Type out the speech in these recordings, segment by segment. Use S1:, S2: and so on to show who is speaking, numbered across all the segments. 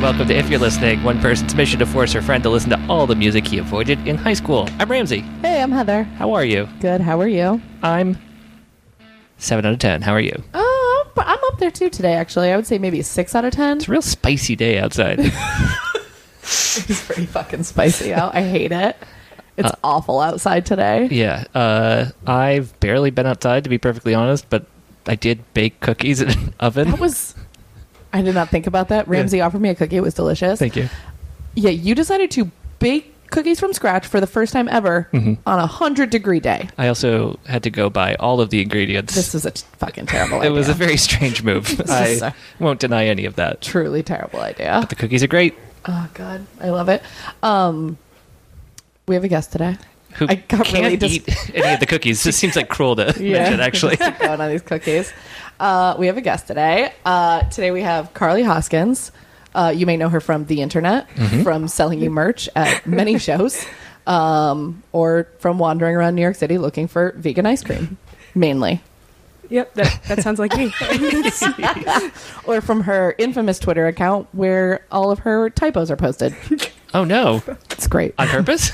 S1: welcome to If You're Listening, one person's mission to force her friend to listen to all the music he avoided in high school. I'm Ramsey.
S2: Hey, I'm Heather.
S1: How are you?
S2: Good. How are you?
S1: I'm 7 out of 10. How are you?
S2: Oh, I'm- I'm up there too today. Actually, I would say maybe six out of ten.
S1: It's a real spicy day outside.
S2: It's pretty fucking spicy out. I hate it. It's awful outside today.
S1: Uh, yeah. Uh, I've barely been outside, to be perfectly honest, but I did bake cookies in an oven.
S2: That was. I did not think about that. Ramsey offered me a cookie. It was delicious.
S1: Thank you.
S2: Yeah, you decided to bake cookies from scratch for the first time ever
S1: Mm-hmm.
S2: on a hundred degree day.
S1: I also had to go buy all of the ingredients.
S2: This was a t- fucking terrible
S1: it
S2: idea.
S1: was a very strange move.
S2: is
S1: I
S2: so-
S1: won't deny any of that.
S2: truly terrible idea.
S1: The cookies are great.
S2: Oh God, I love it. Um, we have a guest today.
S1: Who
S2: I got
S1: can't
S2: really dis-
S1: eat any of the cookies? This seems like cruel to
S2: Yeah.
S1: mention, actually.
S2: Keep going on these cookies. Uh, we have a guest today. Uh, today we have Carly Hoskins. Uh, you may know her from the internet,
S1: Mm-hmm.
S2: from selling you merch at many shows, um, or from wandering around New York City looking for vegan ice cream, mainly.
S3: Yep, that, that sounds like me.
S2: Or from her infamous Twitter account where all of her typos are posted.
S1: Oh no,
S2: It's great.
S1: on purpose?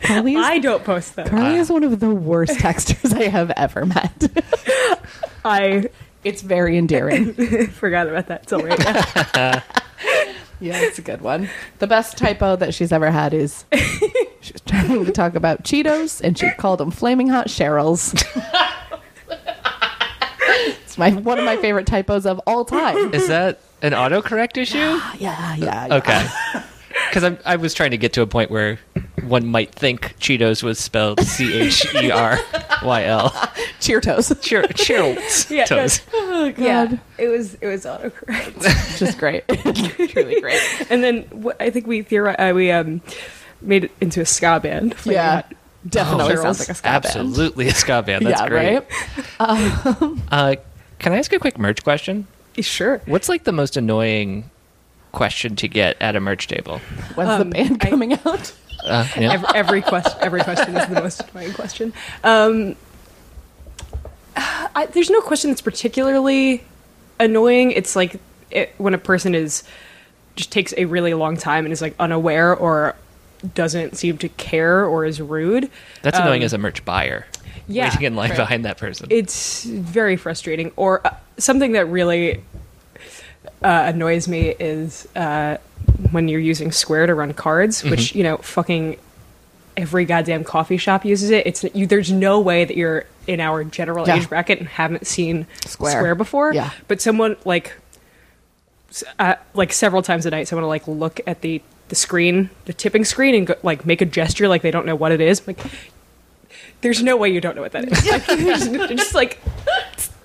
S2: Carly is,
S3: I don't post them.
S2: Carly is one of the worst texters I have ever met.
S3: I
S2: it's very endearing.
S3: forgot about that. It's all right.
S2: Yeah, it's a good one. The best typo that she's ever had is she's trying to talk about Cheetos and she called them flaming hot Cheryl's. it's my one of my favorite typos of all time.
S1: Is that an autocorrect issue?
S2: Yeah, yeah. yeah.
S1: Okay, because I was trying to get to a point where one might think Cheetos was spelled C H E R Y L.
S2: Cheertos.
S1: Cheer, Cheerls.
S3: Yeah, no.
S1: Toes.
S2: Oh
S3: yeah, it was it was autocorrect.
S2: Just great. Truly great.
S3: and then what, I think we theori- uh, we um made it into a ska band. Like,
S2: Yeah. Definitely
S1: Oh,
S3: Cheryl's.
S2: sounds like a ska band.
S1: Absolutely a ska band. That's
S2: yeah,
S1: great.
S2: right?
S1: Uh, can I ask a quick merch question?
S3: Sure.
S1: What's like the most annoying question to get at a merch table?
S2: When's
S3: Um,
S2: the band
S3: I-
S2: coming out?
S1: Uh, yeah.
S3: Every, every question every question is the most annoying question. Um, I, there's no question that's particularly annoying. It's like it, when a person is just takes a really long time and is like unaware or doesn't seem to care or is rude.
S1: That's
S3: Um,
S1: annoying as a merch buyer.
S3: yeah,
S1: Waiting in line
S3: right.
S1: behind that person.
S3: it's very frustrating or uh, something that really uh, annoys me is uh, when you're using square to run cards which you know fucking every goddamn coffee shop uses it it's you, there's no way that you're in our general
S2: Yeah.
S3: age bracket and haven't seen
S2: Square.
S3: square, before
S2: Yeah.
S3: but someone like s- uh, like several times a night someone will like look at the the screen the tipping screen and go, like make a gesture like they don't know what it is like there's no way you don't know what that is. Like, they're just, they're just like,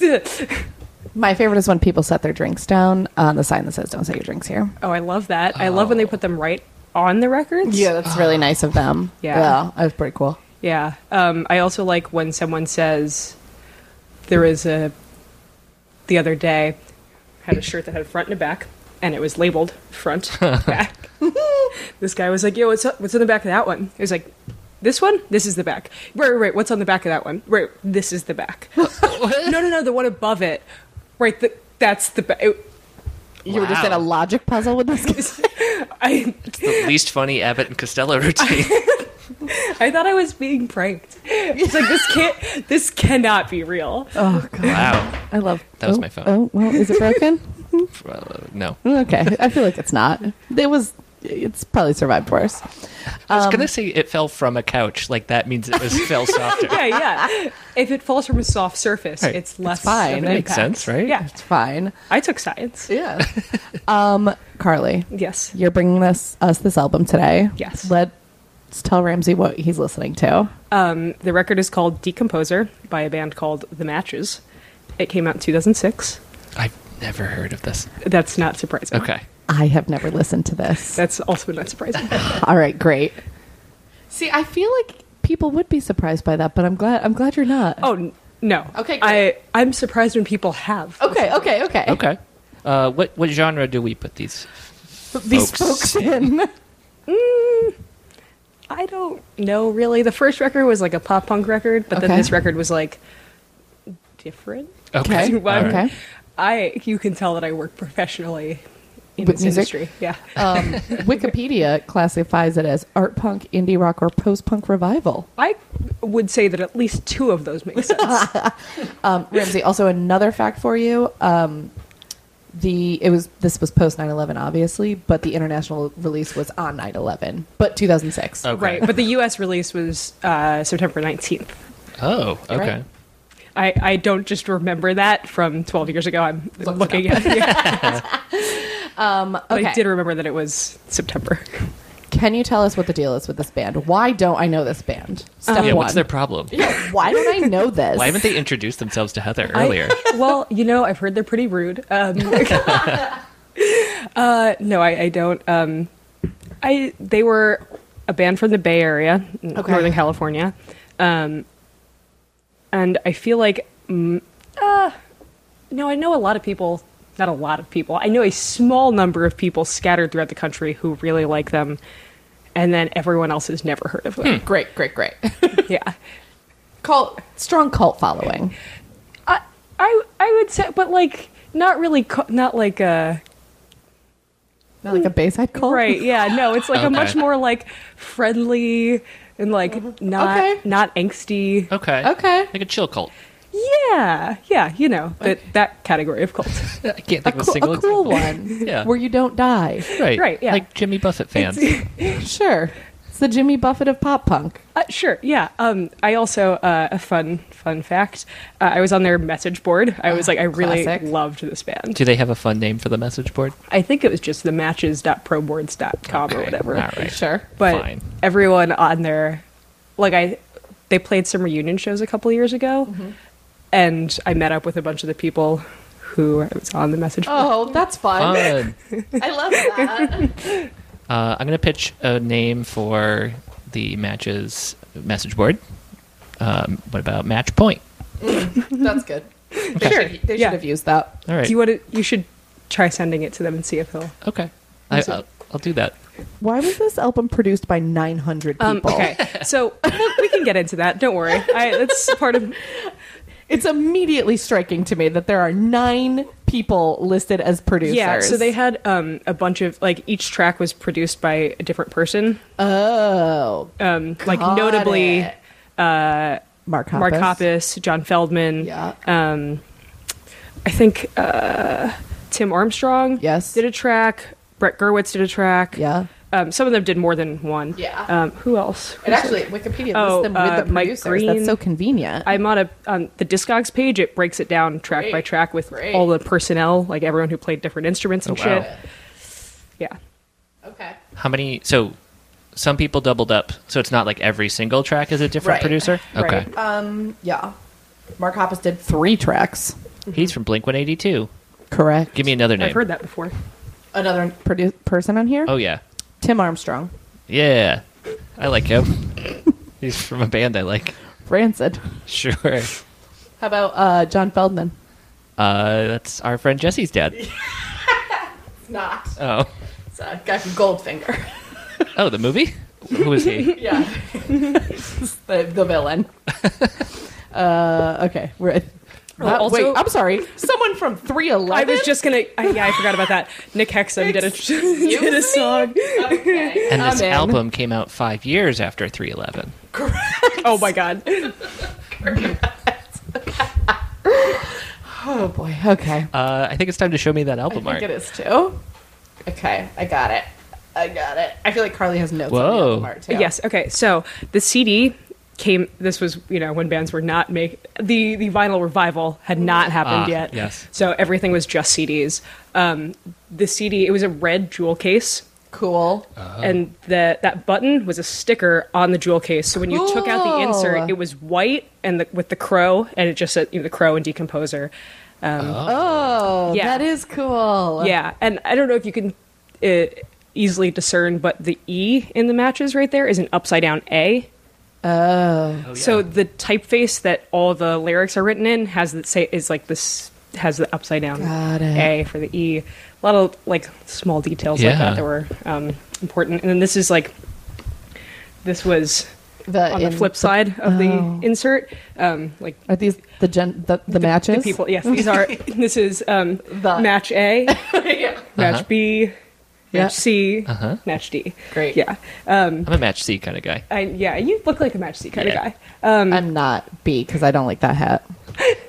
S2: My favorite is when people set their drinks down on the sign that says don't set your drinks here.
S3: oh, I love that. I love when they put them right on the records.
S2: Yeah, that's really nice of them.
S3: Yeah.
S2: that was pretty cool.
S3: Yeah. Um, I also like when someone says, there was a, the other day, I had a shirt that had a front and a back, and it was labeled front, back. this guy was like, yo, what's, up? what's in the back of that one? It was like, this one? This is the back. Right, right, right. What's on the back of that one? Right, this is the back. no, no, no, the one above it. Right, the, that's the back.
S2: You were just in a
S1: Wow.
S2: logic puzzle with this. guy?
S3: I
S1: the least funny Abbott and Costello routine.
S3: I thought I was being pranked. It's like this can't this cannot be real.
S2: Oh god,
S1: wow.
S2: I love.
S1: That was
S2: oh,
S1: my phone.
S2: Oh well, is it broken?
S1: Uh, no.
S2: okay, I feel like it's not. It was. It's probably survived worse.
S1: I was gonna say it fell from a couch. Like that means it was fell softer.
S3: Yeah, yeah. If it falls from a soft surface,
S1: Right.
S3: it's less
S2: fine.
S3: Of an
S2: That
S1: makes
S3: impact.
S1: sense, right?
S3: Yeah.
S2: It's fine.
S3: I took science.
S2: Yeah. um, Carly,
S3: Yes.
S2: you're bringing this us this album today.
S3: Yes.
S2: Let's tell Ramsey what he's listening to.
S3: Um, the record is called Decomposer by a band called The Matches. It came out in 2006.
S1: I've never heard of this.
S3: That's not surprising.
S1: Okay.
S2: I have never listened to this.
S3: That's also not surprising.
S2: All right, great. See, I feel like people would be surprised by that, but I'm glad. I'm glad you're not.
S3: oh n- no.
S2: Okay,
S3: I
S2: great.
S3: I'm surprised when people have.
S2: Okay. Okay. Okay.
S1: Okay. Uh, what what genre do we put these?
S2: These
S1: Folks.
S2: folks in.
S3: Mm, I don't know really. The first record was like a pop punk record, but
S2: Okay.
S3: then this record was like different.
S1: Okay.
S2: Okay.
S1: All right.
S2: Okay.
S3: I you can tell that I work professionally in
S2: With
S3: this
S2: music?
S3: industry. Yeah.
S2: Um, Wikipedia classifies it as art punk, indie rock, or post punk revival.
S3: I would say that at least two of those make sense.
S2: Um, Ramsey, also another fact for you. Um, the it was this was post 9-11 obviously but the international release was on 9-11 but 2006
S1: Okay.
S3: Right. But the US release was uh, September 19th.
S1: Oh, okay.
S2: Right.
S3: I, I don't just remember that from 12 years ago. I'm looking at it.
S2: um,
S3: But
S2: okay
S3: I did remember that it was September.
S2: can you tell us what the deal is with this band why don't i know this band step
S1: Yeah,
S2: one
S1: what's their problem?
S2: Yeah, why don't i know this
S1: Why haven't they introduced themselves to Heather
S3: I-
S1: earlier?
S3: well, you know, I've heard they're pretty rude. Um, uh, no, I, I don't. Um, I they were a band from the Bay Area, n-
S2: Okay.
S3: Northern California, um, and I feel like mm, uh, no, I know a lot of people. Not a lot of people. I know a small number of people scattered throughout the country who really like them, and then everyone else has never heard of them.
S2: great great great
S3: yeah.
S2: cult strong cult following
S3: I I I would say, but like not really, co- not like uh, a
S2: not like a Bayside cult
S3: right. Yeah, no, it's like
S1: Okay.
S3: a much more like friendly and like not
S2: Mm-hmm. Okay.
S3: not angsty.
S1: Okay.
S2: Okay.
S1: Like a chill cult.
S3: Yeah, yeah, you know that that category of cult.
S1: I can't
S2: a,
S1: think of a
S2: cool,
S1: single
S2: a cool
S1: example.
S2: one
S1: Yeah.
S2: where you don't die
S1: Right.
S3: Right, yeah.
S1: Like Jimmy Buffett fans.
S2: sure it's the jimmy buffett of pop punk
S3: Uh, sure. Yeah. Um. I also uh, a fun fun fact. Uh, I was on their message board. I was like, I really
S2: Classic.
S3: loved this band.
S1: Do they have a fun name for the message board?
S3: I think it was just the matches.proboards.com or
S1: Okay,
S3: whatever.
S1: all right.
S2: sure
S3: but
S1: Fine.
S3: everyone on there like i they played some reunion shows a couple years ago and i met up with a bunch of the people who I was on the message board.
S2: oh that's fun
S1: Fun.
S2: i love that
S1: Uh, I'm going to pitch a name for the matches message board. Um, what about match point?
S2: that's good they,
S3: Sure,
S2: should, they
S3: yeah.
S2: should have used that
S1: All right.
S3: do you want to you should try sending it to them and see if they'll
S1: okay. I, I'll, I'll do that.
S2: why was this album produced by 900 people
S3: um, okay so we- we can get into that don't worry I, that's part of
S2: it's immediately striking to me that there are nine people listed as producers
S3: yeah so they had um, a bunch of like each track was produced by a different person
S2: oh
S3: um, like
S2: Got
S3: notably
S2: it. uh, mark hoppus
S3: mark hoppus john feldman
S2: yeah
S3: um, I think uh, Tim Armstrong
S2: Yes.
S3: did a track. Brett Gerwitz did a track.
S2: yeah
S3: Um, some of them did more than one.
S2: Yeah.
S3: Um, who else?
S2: It actually Wikipedia lists
S3: Oh,
S2: them with
S3: uh,
S2: the
S3: Mike
S2: producers. That's
S3: Green.
S2: so convenient.
S3: I'm on a on the Discogs page. It breaks it down track by
S2: Great.
S3: track with
S2: Great.
S3: all the personnel, like everyone who played different instruments and
S1: Oh,
S3: shit.
S1: wow.
S3: Yeah.
S2: okay.
S1: How many? So some people doubled up. So it's not like every single track is a different
S2: Right.
S1: producer? Okay.
S3: Right. Um,
S2: Mm, Yeah. Mark Hoppus did three tracks.
S1: He's from Blink 182.
S2: Correct.
S1: Give me another name.
S3: I've heard that before.
S2: another produ- person on here.
S1: Oh, yeah.
S2: Tim Armstrong,
S1: Yeah. I like him. He's from a band I like.
S2: Rancid.
S1: Sure.
S2: How about uh, John Feldman?
S1: Uh, that's our friend Jesse's dad.
S2: It's not.
S1: Oh.
S2: It's a guy from Goldfinger.
S1: Oh, the movie? Who is he?
S2: yeah. the, the villain. uh, okay. We're at-
S3: Oh,
S2: Uh,
S3: also-
S2: wait, I'm sorry. Someone from 311.
S3: I was just gonna. I, yeah, I forgot about that. Nick Hexum did a did a song.
S2: Okay.
S1: And this
S2: I'm in.
S1: album came out five years after 311.
S3: Oh my god.
S2: Oh boy. Okay.
S1: Uh, I think it's time to show me that
S2: I
S1: album
S2: think
S1: art.
S2: it is too. Okay, I got it. I got it. I feel like Carly has notes on the
S1: Whoa.
S2: album art too.
S3: Yes. Okay. So the CD came. This was you know when bands were not make the the vinyl revival had not happened
S1: Ah,
S3: yet.
S1: yes.
S3: So everything was just CDs. Um, the CD it was a red jewel case.
S2: Cool.
S1: Uh-huh.
S3: And the, that button was a sticker on the jewel case. So when you took out the
S2: Cool.
S1: Oh.
S3: insert, it was white and the, with the crow, and it just said you know, the crow and decomposer.
S2: oh,
S3: Yeah.
S2: that is cool.
S3: Yeah, and I don't know if you can uh, easily discern, but the E in the matches right there is an upside down A.
S2: Uh,
S3: Oh. So the typeface that all the lyrics are written in has the say is like this has the upside down
S2: Got it.
S3: A for the E. A lot of like small details like
S1: Yeah.
S3: that that were um, important. And then this is like this was
S2: The
S3: on the
S2: in-
S3: flip side of
S2: Oh.
S3: the insert. Um, like
S2: Are these the gen the, the, matches?
S3: the people, yes, these are. this is um,
S2: The-
S3: match A, match B,
S2: Yeah.
S3: match C,
S1: Uh-huh.
S3: match D.
S2: Great.
S3: Yeah. Um,
S1: I'm a match C kind of guy.
S3: I, yeah, you look like a match C kind
S1: Yeah.
S3: of guy. Um,
S2: I'm not B because I don't like that hat.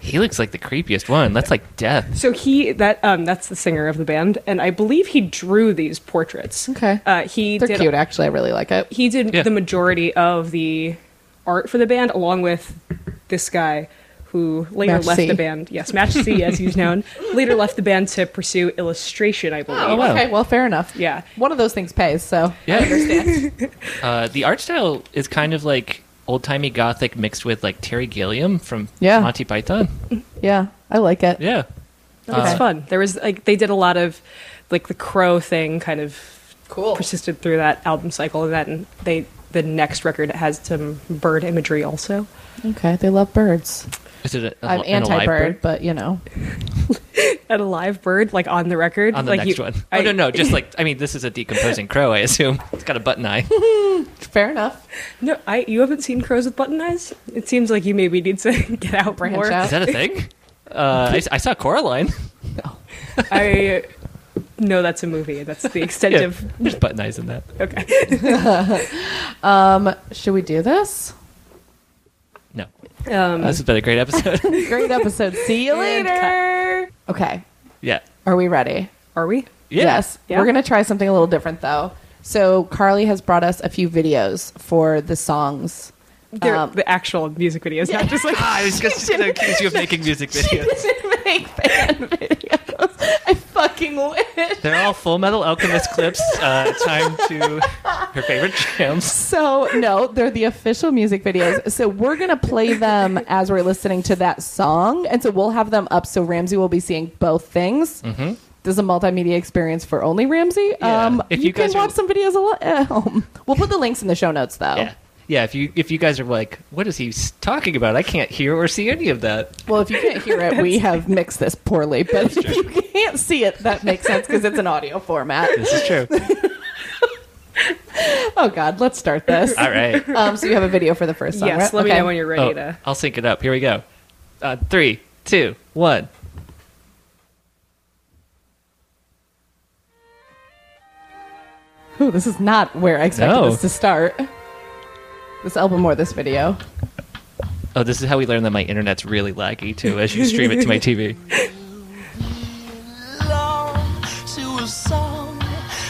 S1: He looks like the creepiest one. That's like death.
S3: So he that um that's the singer of the band, and I believe he drew these portraits.
S2: Okay.
S3: uh, he
S2: They're
S3: did
S2: cute, actually. I really like it.
S3: he did
S1: Yeah.
S3: the majority of the art for the band, along with this guy who later
S2: Match
S3: left
S2: C.
S3: the band. Yes, Match C, as he's known, later left the band to pursue illustration. I believe.
S1: Oh, wow.
S2: okay. Well, fair enough.
S3: Yeah.
S2: One of those things pays, so
S1: Yeah.
S2: I understand.
S1: Uh, the art style is kind of like old timey gothic mixed with like Terry Gilliam from
S2: Yeah.
S1: Monty Python.
S2: yeah, I like it.
S1: Yeah.
S3: It's fun. There was like they did a lot of like the crow thing kind of
S2: Cool.
S3: persisted through that album cycle and then they the next record has some bird imagery also.
S2: Okay, they love birds.
S1: Is it a, a,
S2: I'm
S1: an alive
S2: anti-bird, but you know,
S3: At a live bird, like on the record.
S1: On the
S3: like
S1: next
S3: you-
S1: one.
S3: I-
S1: oh, no, no. Just like, I mean, this is a decomposing crow, I assume. It's got a button eye.
S2: fair enough.
S3: No, I you haven't seen crows with button eyes? It seems like you maybe need to get out
S2: Branch
S3: more.
S2: out.
S1: Is that a thing? Uh, I, I saw Coraline.
S3: I know that's a movie. That's the extent
S1: Yeah,
S3: of
S1: there's button eyes in that.
S3: okay.
S2: Um, should we do this?
S1: No.
S3: Um,
S1: This has been a great episode.
S2: Great episode. See you
S3: And cut.
S2: later. Okay,
S1: yeah.
S2: are we ready?
S3: are we?
S1: Yeah.
S2: Yes.
S3: Yeah.
S2: We're going to try something a little different, though. So, Carly has brought us a few videos for the songs.
S3: They're
S2: Um,
S3: the actual music videos, not just like
S1: Ah, I was just going to accuse you of making music videos.
S2: Make fan videos. I fucking wish.
S1: They're all Full Metal Alchemist clips. Uh, time to her favorite jams.
S2: So, no, they're the official music videos. So, we're going to play them as we're listening to that song. And so, we'll have them up. So, Ramsey will be seeing both things. Mm-hmm. This is a multimedia experience for only Ramsey.
S1: Yeah.
S2: Um,
S1: If
S2: you,
S1: you guys
S2: can
S1: are-
S2: watch some videos al- at home. We'll put the links in the show notes, though.
S1: Yeah. Yeah, if you if you guys are like, what is he s- talking about? I can't hear or see any of that.
S2: Well, if you can't hear it, we have mixed this poorly, but if you can't see it, that makes sense because it's an audio format.
S1: This is true.
S2: Oh, God, let's start this.
S1: All right.
S2: Um, so you have a video for the first song.
S3: yes.
S2: right?
S3: Let me
S2: Okay.
S3: know when you're ready
S1: Oh,
S3: to.
S1: I'll sync it up. Here we go. Uh, three, two, one.
S2: Ooh, this is not where I expected
S1: No.
S2: this to start. This album or this video.
S1: Oh, this is how we learn that my internet's really laggy too. As you stream it to my TV.
S4: long to a song?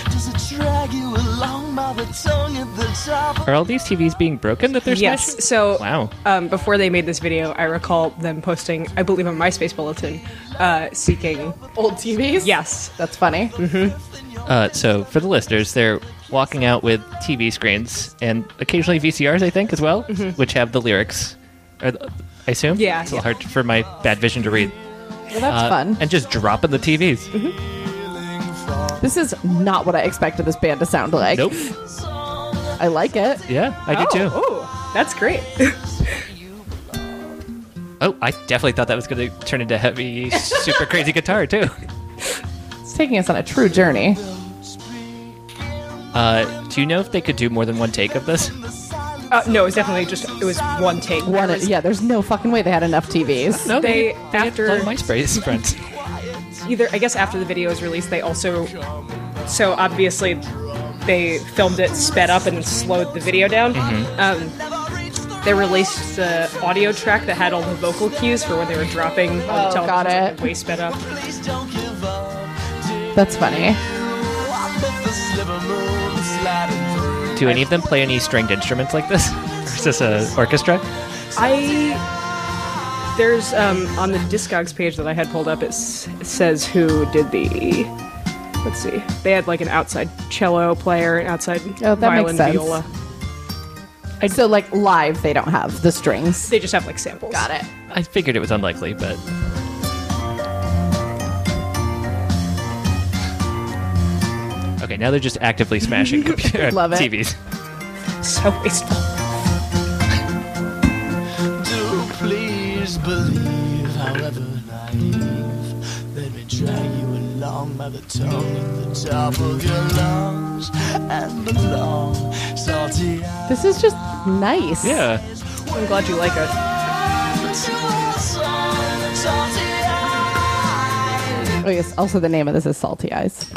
S4: Does it drag you along by the tongue at the top?
S1: Are all these TVs being broken that they're
S3: Yes. So
S1: Wow.
S3: um, before they made this video, I recall them posting, I believe, a MySpace bulletin uh, seeking.
S2: Old TVs?
S3: Yes.
S2: That's funny.
S1: Uh, so for the listeners, they're walking out with TV screens and occasionally VCRs, I think, as well, which have the lyrics. Or the- I assume.
S3: Mm-hmm. Yeah,
S1: It's a
S3: yeah.
S1: little hard for my bad vision to read.
S2: Well, that's
S1: Uh,
S2: fun.
S1: And just dropping the TVs.
S3: Mm-hmm.
S2: This is not what I expected this band to sound like.
S1: Nope.
S2: I like it.
S1: Yeah, I do too.
S3: Oh, ooh, that's great.
S1: Oh, I definitely thought that was going to turn into heavy, super crazy guitar too.
S2: It's taking us on a true journey.
S1: Uh, do you know if they could do more than one take of this?
S3: Uh, no, it was definitely just it was one take.
S2: One,
S3: There was-
S2: yeah, there's no fucking way they had enough TVs.
S1: No,
S3: They-
S1: had
S3: after-
S1: blown MySpace friends.
S3: Either I guess after the video was released, they also so obviously they filmed it, sped up, and then slowed the video down. Um, they released the audio track that had all the vocal cues for when they were dropping on
S2: Oh,
S3: the television.
S2: got
S3: so
S2: it.
S3: Way sped up.
S4: Please don't give up.
S2: That's funny.
S4: I let the sliver moon slide through.
S1: Do any of them play any stringed instruments like this? Or is this a orchestra?
S3: I there's um, on the Discogs page that I had pulled up. It s- says who did the. Let's see. They had like an outside cello player, an outside
S2: Oh, that
S3: violin,
S2: makes sense.
S3: viola.
S2: so, like, live, they don't have the strings.
S3: They just have like samples.
S2: Got it.
S1: I figured it was unlikely, but okay, now they're just actively smashing computer
S2: Love it.
S1: TVs.
S3: So wasteful.
S4: Do please believe, however naive, let me drag you along by the tongue at the top of your lungs. orange and the long salty eyes.
S2: This is just nice.
S1: Yeah.
S3: I'm glad you like it.
S2: Oh yes. Also, the name of this is Salty Eyes.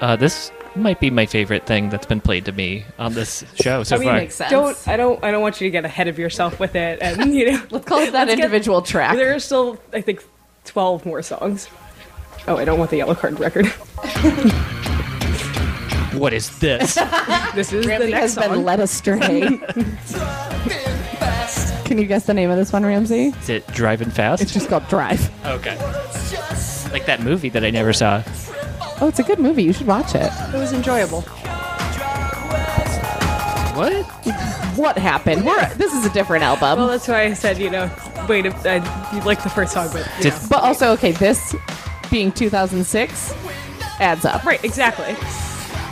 S1: Uh, this might be my favorite thing that's been played to me on this show so
S3: I mean,
S1: far.
S2: makes Oh, sense.
S3: don't I don't I don't want you to get ahead of yourself with it. And you know,
S2: Let's call it that
S3: Let's get-
S2: individual track.
S3: there are still I think twelve more songs. Oh, I don't want the yellow card record.
S1: What is this?
S3: This is the
S2: Ramsey
S3: next
S2: has been
S3: song.
S2: led astray. Can you guess the name of this one, Ramsey?
S1: is it driving
S2: It's
S1: fast?
S2: just called Drive.
S1: Okay. Like that movie that I never saw.
S2: Oh, it's a good movie. You should watch it.
S3: it was enjoyable.
S1: What?
S2: What happened? We're, this is a different album.
S3: Well, that's why I said you know, wait, I, you like the first song, but you
S1: Did-
S3: know.
S2: but also, okay, this being 2006 adds up.
S3: right, exactly.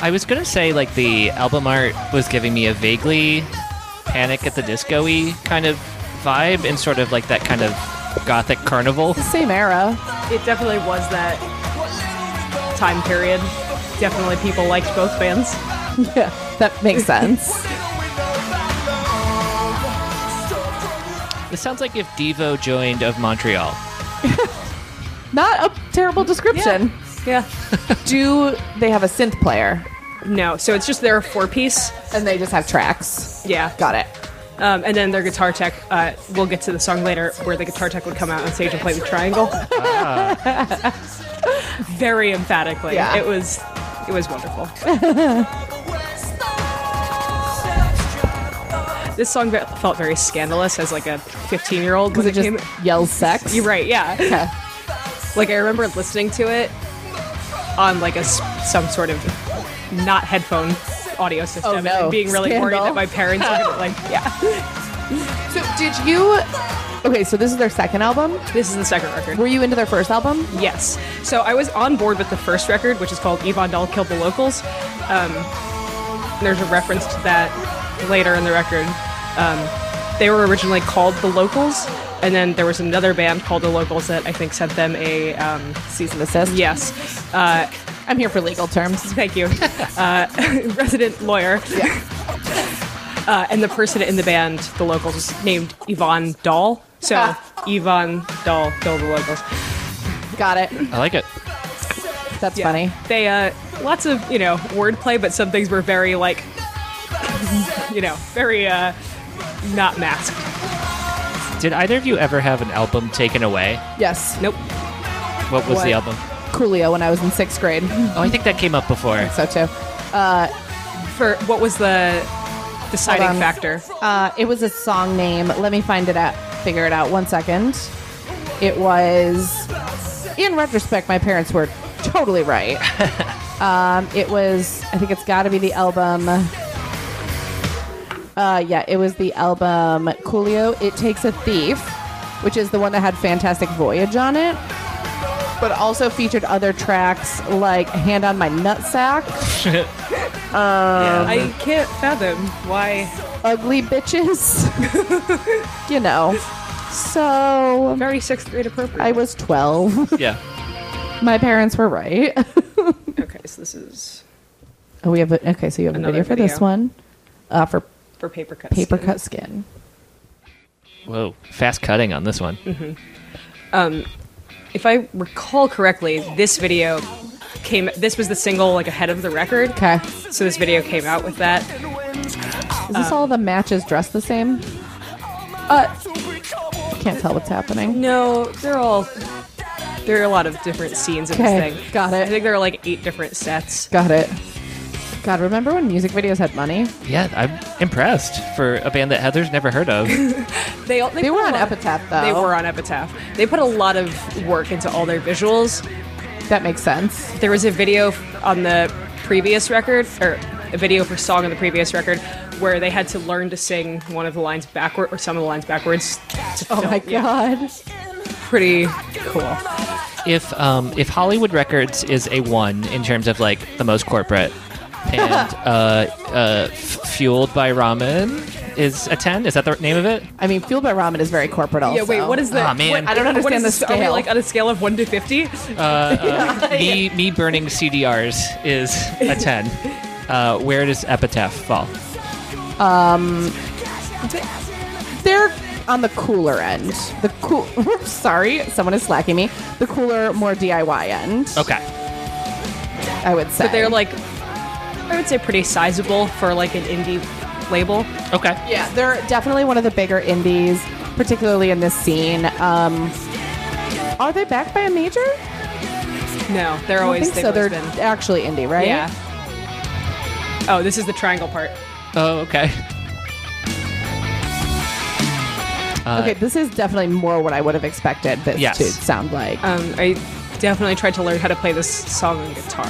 S1: I was gonna say like the album art was giving me a vaguely Panic at the Disco-y kind of vibe and sort of like that kind of gothic carnival.
S2: Same era.
S3: It definitely was that time period. Definitely, people liked both bands.
S2: Yeah, that makes sense.
S1: This sounds like if Devo joined of Montreal.
S2: Not a terrible description.
S3: Yeah.
S2: Do they have a synth player?
S3: No, so it's just their four piece.
S2: And they just have tracks.
S3: Yeah.
S2: Got it.
S3: Um, and then their guitar tech, uh, we'll get to the song later, where the guitar tech would come out on stage and play the triangle. Very emphatically.
S2: Ah. Yeah.
S3: It was it was wonderful. This song ve- felt very scandalous as like a 15 year old
S2: Because
S3: when
S2: it
S3: it, came.
S2: just yells sex.
S3: You're right, yeah.
S2: Okay.
S3: Like I remember listening to it on like a s- some sort of not headphone audio system
S2: Oh, no.
S3: and being really worried
S2: Scandal.
S3: that my parents were gonna, like, yeah.
S2: So did you? Okay, so this is their second album.
S3: This is the second record.
S2: Were you into their first album?
S3: Yes. So I was on board with the first record, which is called Yvonne Dahl Killed the Locals. Um, there's a reference to that later in the record. Um, they were originally called The Locals, and then there was another band called The Locals that I think sent them a um,
S2: Cease and desist.
S3: yes.
S2: I'm here for legal terms.
S3: Thank you. Uh, resident lawyer. Uh, and the person in the band, the locals, was named Yvonne Dahl. So Yvonne Dahl killed the locals.
S2: Got it.
S1: I like it.
S2: That's
S3: Yeah.
S2: funny.
S3: They uh lots of, you know, wordplay, but some things were very like you know, very uh not masked.
S1: Did either of you ever have an album taken away?
S2: Yes.
S3: Nope.
S1: What was
S3: What?
S1: the album?
S2: Coolio when I was in sixth grade.
S1: Oh, I think that came up before.
S2: so too.
S3: For what was the
S2: Hold
S3: deciding
S2: on.
S3: factor?
S2: Uh, it was a song name. Let me find it out. Figure it out. One second. It was. In retrospect, my parents were totally right. um, it was. I think it's got to be the album. Uh, yeah, it was the album Coolio. It takes a thief, which is the one that had Fantastic Voyage on it, but also featured other tracks like Hand on My Nutsack,
S1: Yeah.
S3: Um, I can't fathom why
S2: Ugly Bitches. you know. So
S3: very sixth grade appropriate.
S2: I was 12.
S1: yeah.
S2: My parents were right.
S3: okay, so this is
S2: Oh, we have a, okay. So you have
S3: Another
S2: a video for this
S3: video.
S2: one, uh, for
S3: for paper cuts.
S2: paper cut skin.
S1: Whoa. Fast cutting on this one.
S3: If I recall correctly, this video came this was the single like ahead of the record.
S2: Okay. Is
S3: So this video came out with that.
S2: this all the matches dressed the same? Uh, can't tell what's happening.
S3: No, they're all. There are a lot of different scenes in
S2: Okay,
S3: this thing.
S2: got it.
S3: I think there are like eight different sets.
S2: Got it. God, remember when music videos had money?
S1: Yeah, I'm impressed for a band that Heather's never heard of.
S3: They all they,
S2: They
S3: put
S2: were
S3: a
S2: on
S3: lot-
S2: Epitaph, though.
S3: They were on Epitaph. They put a lot of work into all their visuals.
S2: That makes sense.
S3: There was a video f- on the previous record, or a video for song on the previous record, where they had to learn to sing one of the lines backward or some of the lines backwards. to
S2: Oh
S3: film.
S2: my
S3: Yeah,
S2: god.
S3: pretty cool.
S1: if um, if Hollywood Records is a one in terms of like the most corporate and uh, uh, f- fueled by ramen, is a 10. Is that the name of it?
S2: I mean, Fueled by Ramen is very corporate also.
S3: Yeah, wait, what is that?
S1: Aw, man.
S3: What-
S1: I
S2: don't
S3: what
S2: understand
S3: is
S2: the
S3: this- Are we
S2: scale.
S3: like on a scale of 1 to 50?
S1: Me, me burning CDRs is a 10. Uh, where does Epitaph fall?
S2: They're on the cooler end. The cool. Sorry, someone is slacking me. The cooler, more DIY end.
S1: Oh, Okay.
S2: I would say.
S3: But they're like, I would say pretty sizable for like an indie label.
S1: Okay.
S2: yeah, they're definitely one of the bigger indies, particularly in this scene. Um, are they backed by a major?
S3: No, they're
S2: I
S3: always
S2: think
S3: they've
S2: so. They're
S3: always been.
S2: actually indie, right?
S3: Yeah. Oh, this is the triangle part.
S1: Oh, okay.
S2: Okay, this is definitely more what I would have expected this
S1: Uh, Yes.
S2: to sound like.
S3: Um, I definitely tried to learn how to play this song on guitar.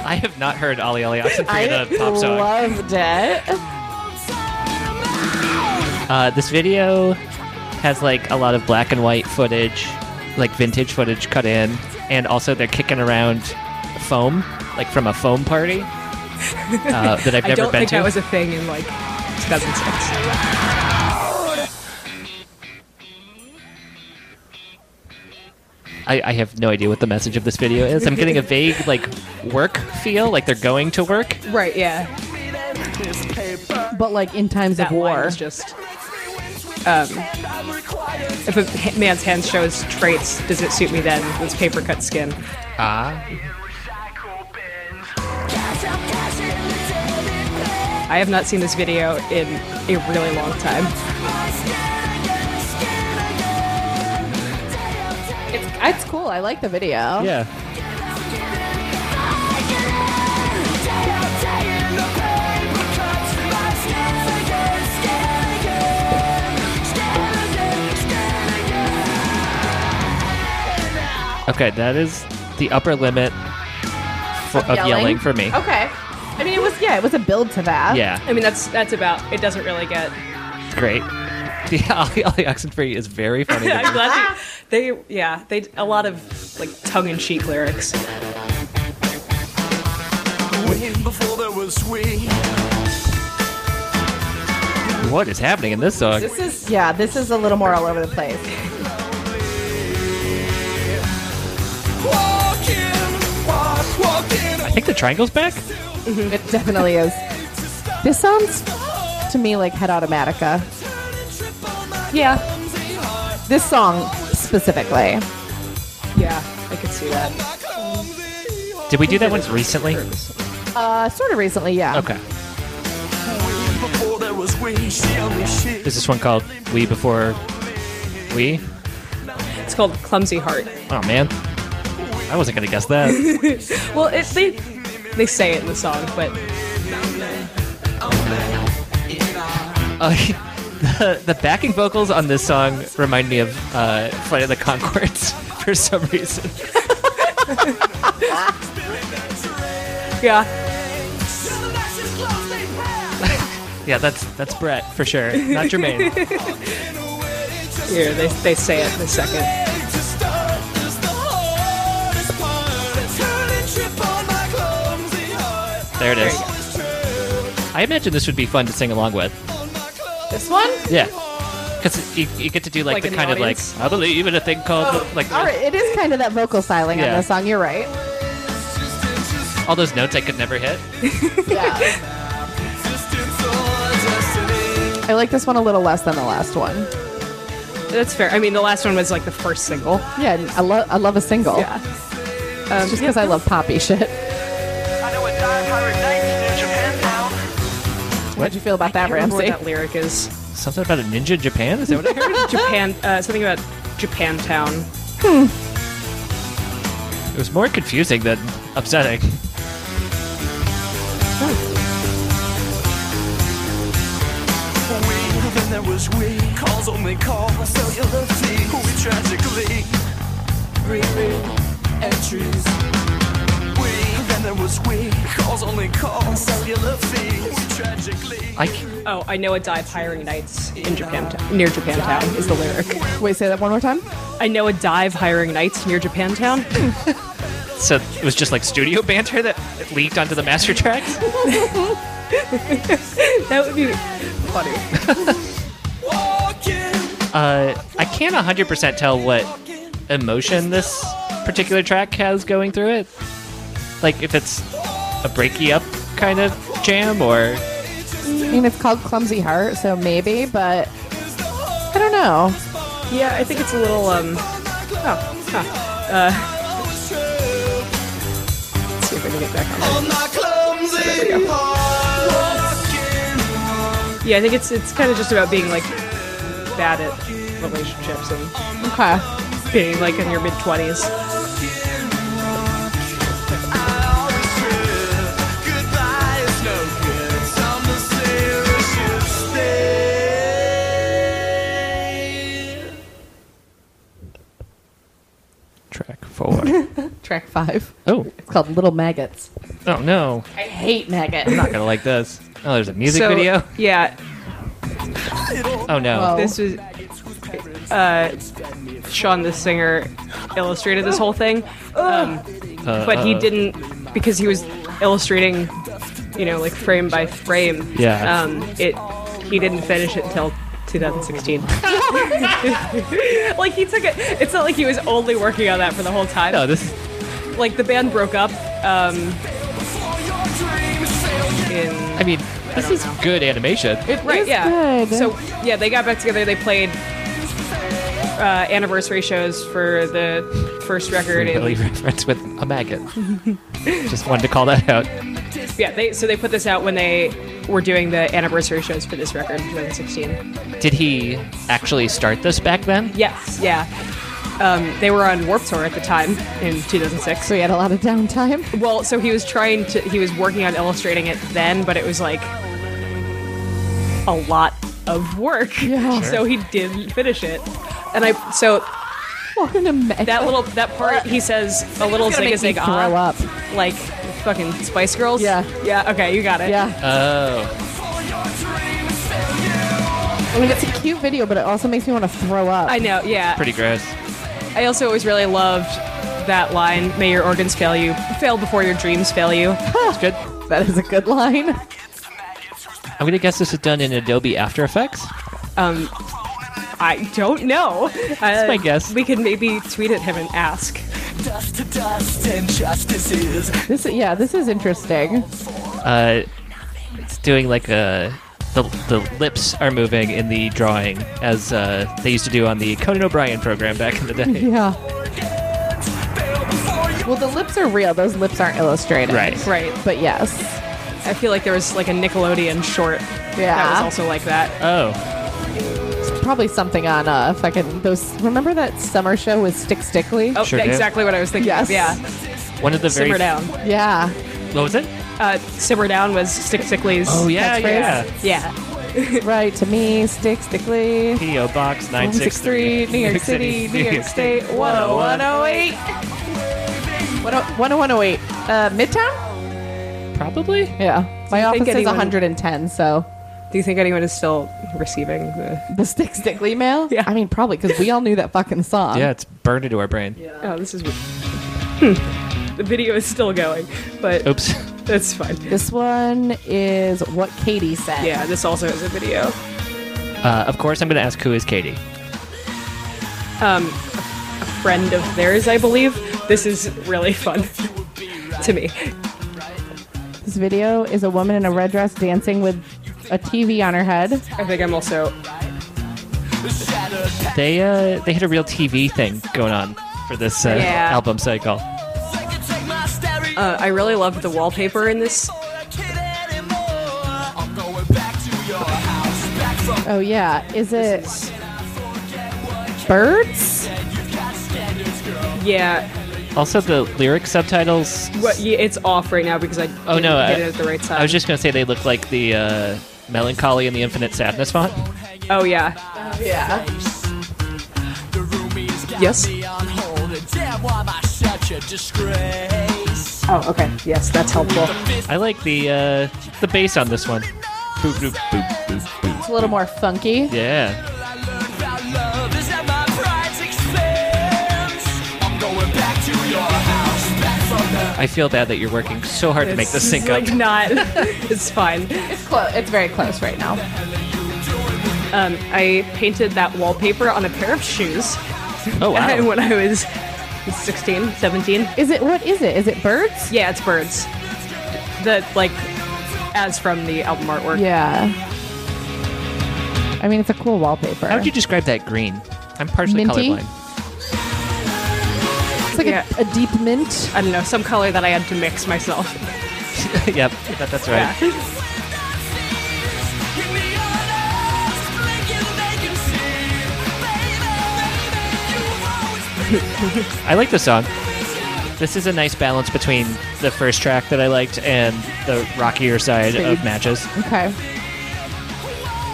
S1: I have not heard Ali Ali Oxenfree
S2: I
S1: the pop song.
S2: loved it.
S1: Uh, this video has like a lot of black and white footage, like vintage footage cut in, and also they're kicking around foam, like from a foam party uh, that I've
S3: I
S1: never
S3: don't
S1: been
S3: think
S1: to.
S3: that was a thing in like 2006.
S1: I, I have no idea what the message of this video is. I'm getting a vague like work feel, like they're going to work.
S3: Right, yeah.
S2: But like in times
S3: That
S2: of war,
S3: line is just. Um, if a h- man's hand shows traits, does it suit me then? This paper cut skin.
S1: Ah,
S3: I have not seen this video in a really long time.
S2: it's, Uh, it's cool. I like the video.
S1: yeah. Okay, that is the upper limit for, of, yelling. for me.
S2: Okay. I mean, it was yeah, it was a build to that.
S1: Yeah,
S3: I mean, that's that's about. It doesn't really get.
S1: great. The Ali Ali Oxenfree is very funny. to me.
S3: I'm glad they, they yeah they a lot of like tongue in cheek lyrics.
S4: Wing before there was wing.
S1: What is happening in this song?
S2: This is yeah, this is a little more all over the place.
S4: Walking, walk, walking.
S1: I think the triangle's back.
S2: It definitely is. This sounds to me like Head Automatica.
S3: Yeah,
S2: This song specifically.
S3: yeah, I could see that.
S1: Did we do that one recently?
S2: Uh, sort of recently, yeah.
S1: Okay.
S4: Wing before there was wing. She only she.
S1: Is this one called We Before We?
S3: It's called Clumsy Heart.
S1: Oh man, I wasn't gonna guess that.
S3: Well, it, they they say it in the song, but
S1: Uh, the, the backing vocals on this song remind me of uh, Flight of the Concords for some reason.
S3: yeah,
S1: Yeah, that's that's Brett for sure, not Jermaine.
S3: here they they say it in a second.
S1: There it is. I imagine this would be fun to sing along with.
S2: This one?
S1: Yeah, because you, you get to do like,
S3: Like
S1: the
S3: in the
S1: kind of like
S3: audience? Oh.
S1: I believe in a thing called like
S2: All right, it is kind of that vocal styling
S1: Yeah.
S2: on this song. You're right.
S1: all those notes I could never hit.
S2: Yeah. I like this one a little less than the last one.
S3: That's fair. I mean, the last one was like the first single.
S2: Yeah, and I love I love a single.
S3: Yeah. Um,
S2: It's just because I love poppy shit. How'd you feel about that,
S3: I remember what
S2: Ramsey?
S3: that lyric is.
S1: Something about a ninja in Japan. Is that what I heard?
S3: Japan, uh, something about Japantown.
S1: it was more confusing than upsetting.
S4: Then there was we. Calls only call. I sell you the fee. We tragically reread entries. We. Then there was we. Calls only call. I sell you the fee. We tragically.
S1: I c-
S3: Oh, I know a dive hiring nights in Japantown, near Japantown is the lyric.
S2: Wait, say that one more time.
S3: I know a dive hiring nights near Japantown.
S1: so it was just like studio banter that leaked onto the master tracks.
S3: That would be funny.
S4: Walking,
S1: Uh, I can't 100% tell what
S4: walking,
S1: emotion this particular track has going through it. Like if it's a breaky up kind of jam or
S2: I mean, it's called Clumsy Heart, so maybe, but I don't know.
S3: Yeah, I think it's a little um. Oh, huh. Let's see if I can get back on that.
S4: on my clumsy heart. Walking,
S3: Yeah, I think it's it's kind of just about being like bad at relationships and
S2: Okay.
S3: being like in your mid twenties.
S1: track 4.
S2: Track five.
S1: oh,
S2: It's called Little Maggots.
S1: oh no.
S2: I hate maggots.
S1: Not going to like this. Oh, there's a music video.
S3: Yeah,
S1: Oh no.
S2: Whoa.
S3: this was uh, Sean the singer illustrated this whole thing, um,
S1: Uh,
S3: but he
S1: uh,
S3: didn't because he was illustrating, you know, like frame by frame.
S1: Yeah.
S3: Um, it he didn't finish it until 2016. like he took it. It's not like he was only working on that for the whole time.
S1: No, this
S3: Like the band broke up. Um, in
S1: I mean, this is good animation.
S3: Right,
S2: is
S3: yeah.
S2: good.
S3: So yeah, they got back together. They played uh, anniversary shows for the first record,
S1: Really
S3: and
S1: reference with a maggot. Just wanted to call that out.
S3: yeah, they so they put this out when they were doing the anniversary shows for this record in 2016.
S1: Did he actually start this back then?
S3: Yes, yeah. Um, they were on Warp Tour at the time in 2006.
S2: So we had a lot of downtime.
S3: Well, so he was trying to he was working on illustrating it then, but it was like a lot of work.
S2: Yeah.
S3: So he didn't finish it. And I so
S2: Welcome to maggots.
S3: that little that part he says a little
S2: gonna
S3: zig a
S2: make me
S3: zig
S2: throw
S3: ah.
S2: up.
S3: like fucking Spice Girls.
S2: Yeah.
S3: yeah. Okay, you got it.
S2: Yeah.
S1: Oh,
S2: I mean, it's a cute video, but it also makes me want to throw up.
S3: I know. Yeah,
S1: pretty gross.
S3: I also always really loved that line. May your organs fail you, fail before your dreams fail you.
S1: It's good.
S2: that is a good line.
S1: I'm gonna guess this is done in Adobe After Effects.
S3: Um, I don't know. That's
S1: my guess.
S3: We could maybe tweet at him and ask.
S4: Dust to dust and justice is
S2: This, yeah, this is interesting.
S1: Uh, it's doing like a the, the lips are moving in the drawing as uh, they used to do on the Conan O'Brien program back in the day.
S2: Yeah.
S4: bail before you
S2: Well, the lips are real. Those lips aren't illustrated.
S1: Right.
S3: Right.
S2: But yes.
S3: I feel like there was like a Nickelodeon short that was
S2: Yeah.
S3: also like that.
S1: Oh,
S2: Probably something on uh fucking those. Remember that summer show with Stick Stickly?
S3: Oh,
S1: Sure do.
S3: exactly what I was thinking.
S2: Yes.
S3: Of. Yeah.
S1: one of the very
S3: Simmer down.
S2: Yeah.
S1: what was it?
S3: Uh, simmer down was Stick Sickly's.
S1: Oh yeah,
S2: Catchphrase?
S1: yeah.
S3: Yeah.
S2: right to me, Stick Stickly.
S1: PO Box nine six
S2: 163,
S1: three,
S2: New York City, New York State, 10108. oh, 10108. Uh, Midtown?
S1: Probably.
S2: Yeah. My
S3: you
S2: office
S3: think
S2: is
S3: anyone-
S2: 110, so
S3: Do you think anyone is still receiving the?
S2: the Stick Stickly mail?
S3: Yeah.
S2: I mean, probably because we all knew that fucking song.
S1: Yeah, it's burned into our brain.
S3: Oh, this is weird. Hmm. The video is still going, but
S1: Oops.
S3: that's fine.
S2: This one is what Katie said.
S3: Yeah, this also is a video.
S1: Uh, of course, I'm gonna ask who is Katie.
S3: Friend of theirs, I believe. This is really fun to me.
S2: This video is a woman in a red dress dancing with a TV on her head.
S3: I think I'm also.
S1: They uh, they had a real TV thing going on for this uh,
S3: Yeah.
S1: album cycle.
S4: take my stereo.
S3: Uh, I really love the wallpaper in this.
S4: I'm going back to your house, back from
S2: Oh, yeah. Is it birds?
S3: Yeah,
S1: Also, the lyric subtitles.
S3: what, yeah it's off right now because I
S1: Oh
S3: didn't
S1: no,
S3: get
S1: I,
S3: it at the right time.
S1: I was just gonna say they look like the uh, melancholy and the infinite sadness font.
S3: Oh yeah,
S2: Yeah.
S4: the room. He's got
S3: Yes.
S4: me on hold. And damn, why am I such a disgrace?
S3: Oh okay. Yes, that's helpful.
S1: I like the uh, the bass on this one. Boop, boop, boop, boop, boop.
S2: It's a little more funky.
S1: Yeah,
S4: I learned about love is at my pride's expense. I'm going back to your house, back from
S1: I feel bad that you're working so hard to make this sync up.
S3: like not. it's fine.
S2: It's close. It's very close right now.
S3: Um, I painted that wallpaper on a pair of shoes
S1: Oh wow!
S3: when I was 16, 17.
S2: Is it what is it? Is it birds?
S3: Yeah, it's birds. The like, as from the album artwork.
S2: Yeah. I mean, it's a cool wallpaper.
S1: How would you describe that green? I'm partially
S2: Minty?
S1: colorblind.
S2: it's like
S3: Yeah.
S2: a, a deep mint.
S3: I don't know, some color that I had to mix myself.
S1: yep, that, that's right.
S3: Yeah.
S1: I like the song. This is a nice balance between the first track that I liked and the rockier side
S2: Spades.
S1: of matches.
S2: Okay.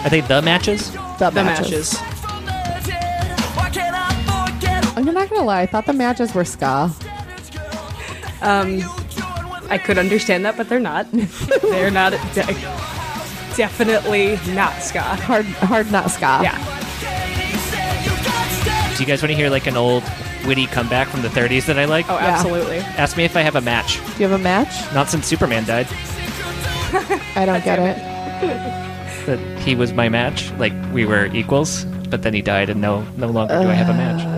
S1: Are they the matches?
S2: The,
S3: The
S2: matches.
S3: matches.
S2: I'm not gonna lie. I thought the matches were ska.
S3: I could understand that, but they're not. they're not. De- definitely not ska.
S2: Hard, hard not ska.
S3: Yeah.
S1: Do you guys want to hear like an old witty comeback from the 30s that I like?
S3: Oh,
S2: Yeah.
S3: absolutely.
S1: Ask me if I have a match.
S2: Do you have a match?
S1: Not since Superman died
S2: I don't get it.
S1: that he was my match. Like we were equals, but then he died, and no, no longer do I have a
S3: Uh.
S1: match.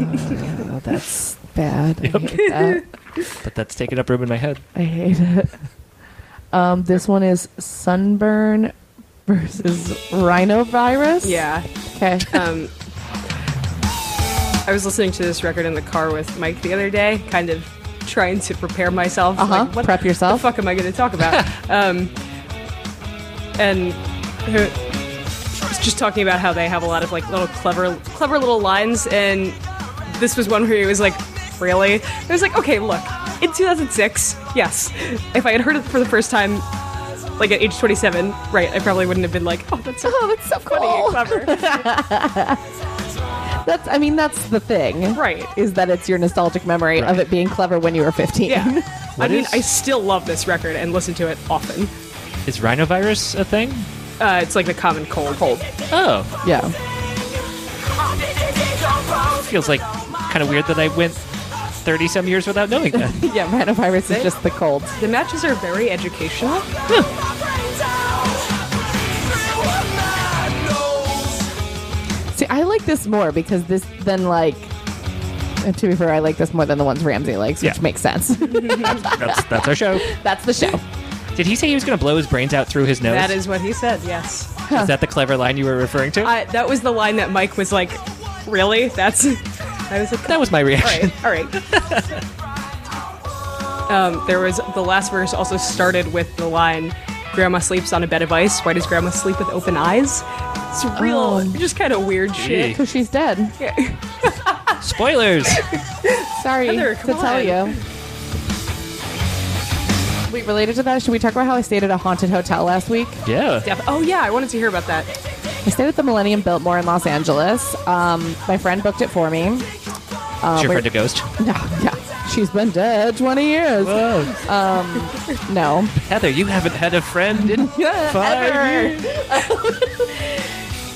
S2: Oh, that's bad. I hate that.
S1: But that's taking up room in my head.
S2: I hate it. Um, this one is sunburn versus rhinovirus.
S3: Yeah.
S2: Okay.
S3: Um, I was listening to this record in the car with Mike the other day, kind of trying to prepare myself.
S2: Uh-huh.
S3: Like, what
S2: Prep yourself.
S3: The fuck am I going to talk about? um, and her, was just talking about how they have a lot of like little clever, clever little lines, and this was one where he was like, "Really?" I was like, "Okay, look." In 2006, yes. If I had heard it for the first time, like at age 27, right, I probably wouldn't have been like, "Oh, that's so
S2: oh, that's so
S3: funny and
S2: cool.
S3: clever."
S2: That's. I mean, that's the thing.
S3: Right.
S2: Is that it's your nostalgic memory of
S1: Right.
S2: it being clever when you were 15.
S3: Yeah. I
S1: What
S3: mean,
S1: is-
S3: I still love this record and listen to it often.
S1: Is rhinovirus a thing?
S3: Uh, it's like the common cold. Cold.
S1: Oh,
S2: yeah.
S1: feels like kind of weird that I went 30 some years without knowing that.
S2: Yeah. Rhinovirus is just the cold.
S3: The matches are very educational.
S2: See, I like this more because this then like. And to be fair, I like this more than the ones Ramsey likes, which
S1: Yeah.
S2: makes sense.
S1: that's, that's our show.
S2: That's the show.
S1: Did he say he was going to blow his brains out through his nose?
S3: That is what he said, yes.
S1: Is that the clever line you were referring to?
S3: I, that was the line that Mike was like, really? That's. I was like,
S1: that was my reaction.
S3: all right, all right. um, there was. The last verse also started with the line Grandma sleeps on a bed of ice. Why does Grandma sleep with open eyes? It's real,
S2: Oh.
S3: just kind of weird shit.
S1: Gee.
S2: Because she's dead.
S1: Spoilers.
S2: Sorry
S3: Heather,
S2: to
S3: come
S2: tell
S3: on.
S2: you. Wait, related to that, should we talk about how I stayed at a haunted hotel last week?
S1: yeah.
S3: Yeah. Oh, yeah, I wanted to hear about that.
S2: I stayed at the Millennium Biltmore in Los Angeles. Um, my friend booked it for me.
S1: Is your
S2: we're-
S1: friend a ghost?
S2: No, yeah, she's been dead 20 years.
S1: Whoa.
S2: No.
S1: Heather, you haven't had a friend in five years.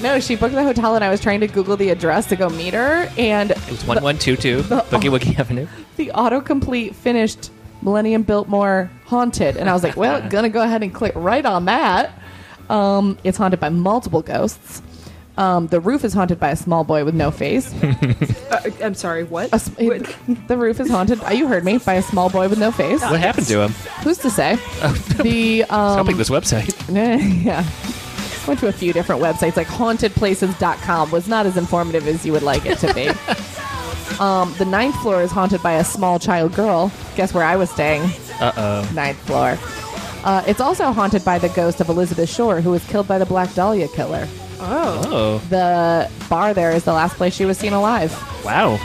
S2: no, she booked the hotel, and I was trying to Google the address to go meet her, and
S1: It was 1122 Boogie Woogie Avenue.
S2: the autocomplete finished Millennium Biltmore haunted, and I was like, well, gonna go ahead and click right on that. Um, it's haunted by multiple ghosts. Um, the roof is haunted by a small boy with no face.
S3: Uh, I'm sorry, what?
S2: A s-
S3: What?
S2: the roof is haunted. oh, You heard me by a small boy with no face.
S1: What happened to him?
S2: Who's to say? the
S1: I was
S2: um,
S1: helping this website.
S2: yeah. Went to a few different websites, like hauntedplaces.com was not as informative as you would like it to be. um, the ninth floor is haunted by a small child girl. Guess where I was staying?
S1: Uh oh.
S2: Ninth floor. Uh, it's also haunted by the ghost of Elizabeth Shore, who was killed by the Black Dahlia killer.
S3: Oh.
S1: Oh.
S2: The bar there is the last place she was seen alive.
S1: Wow.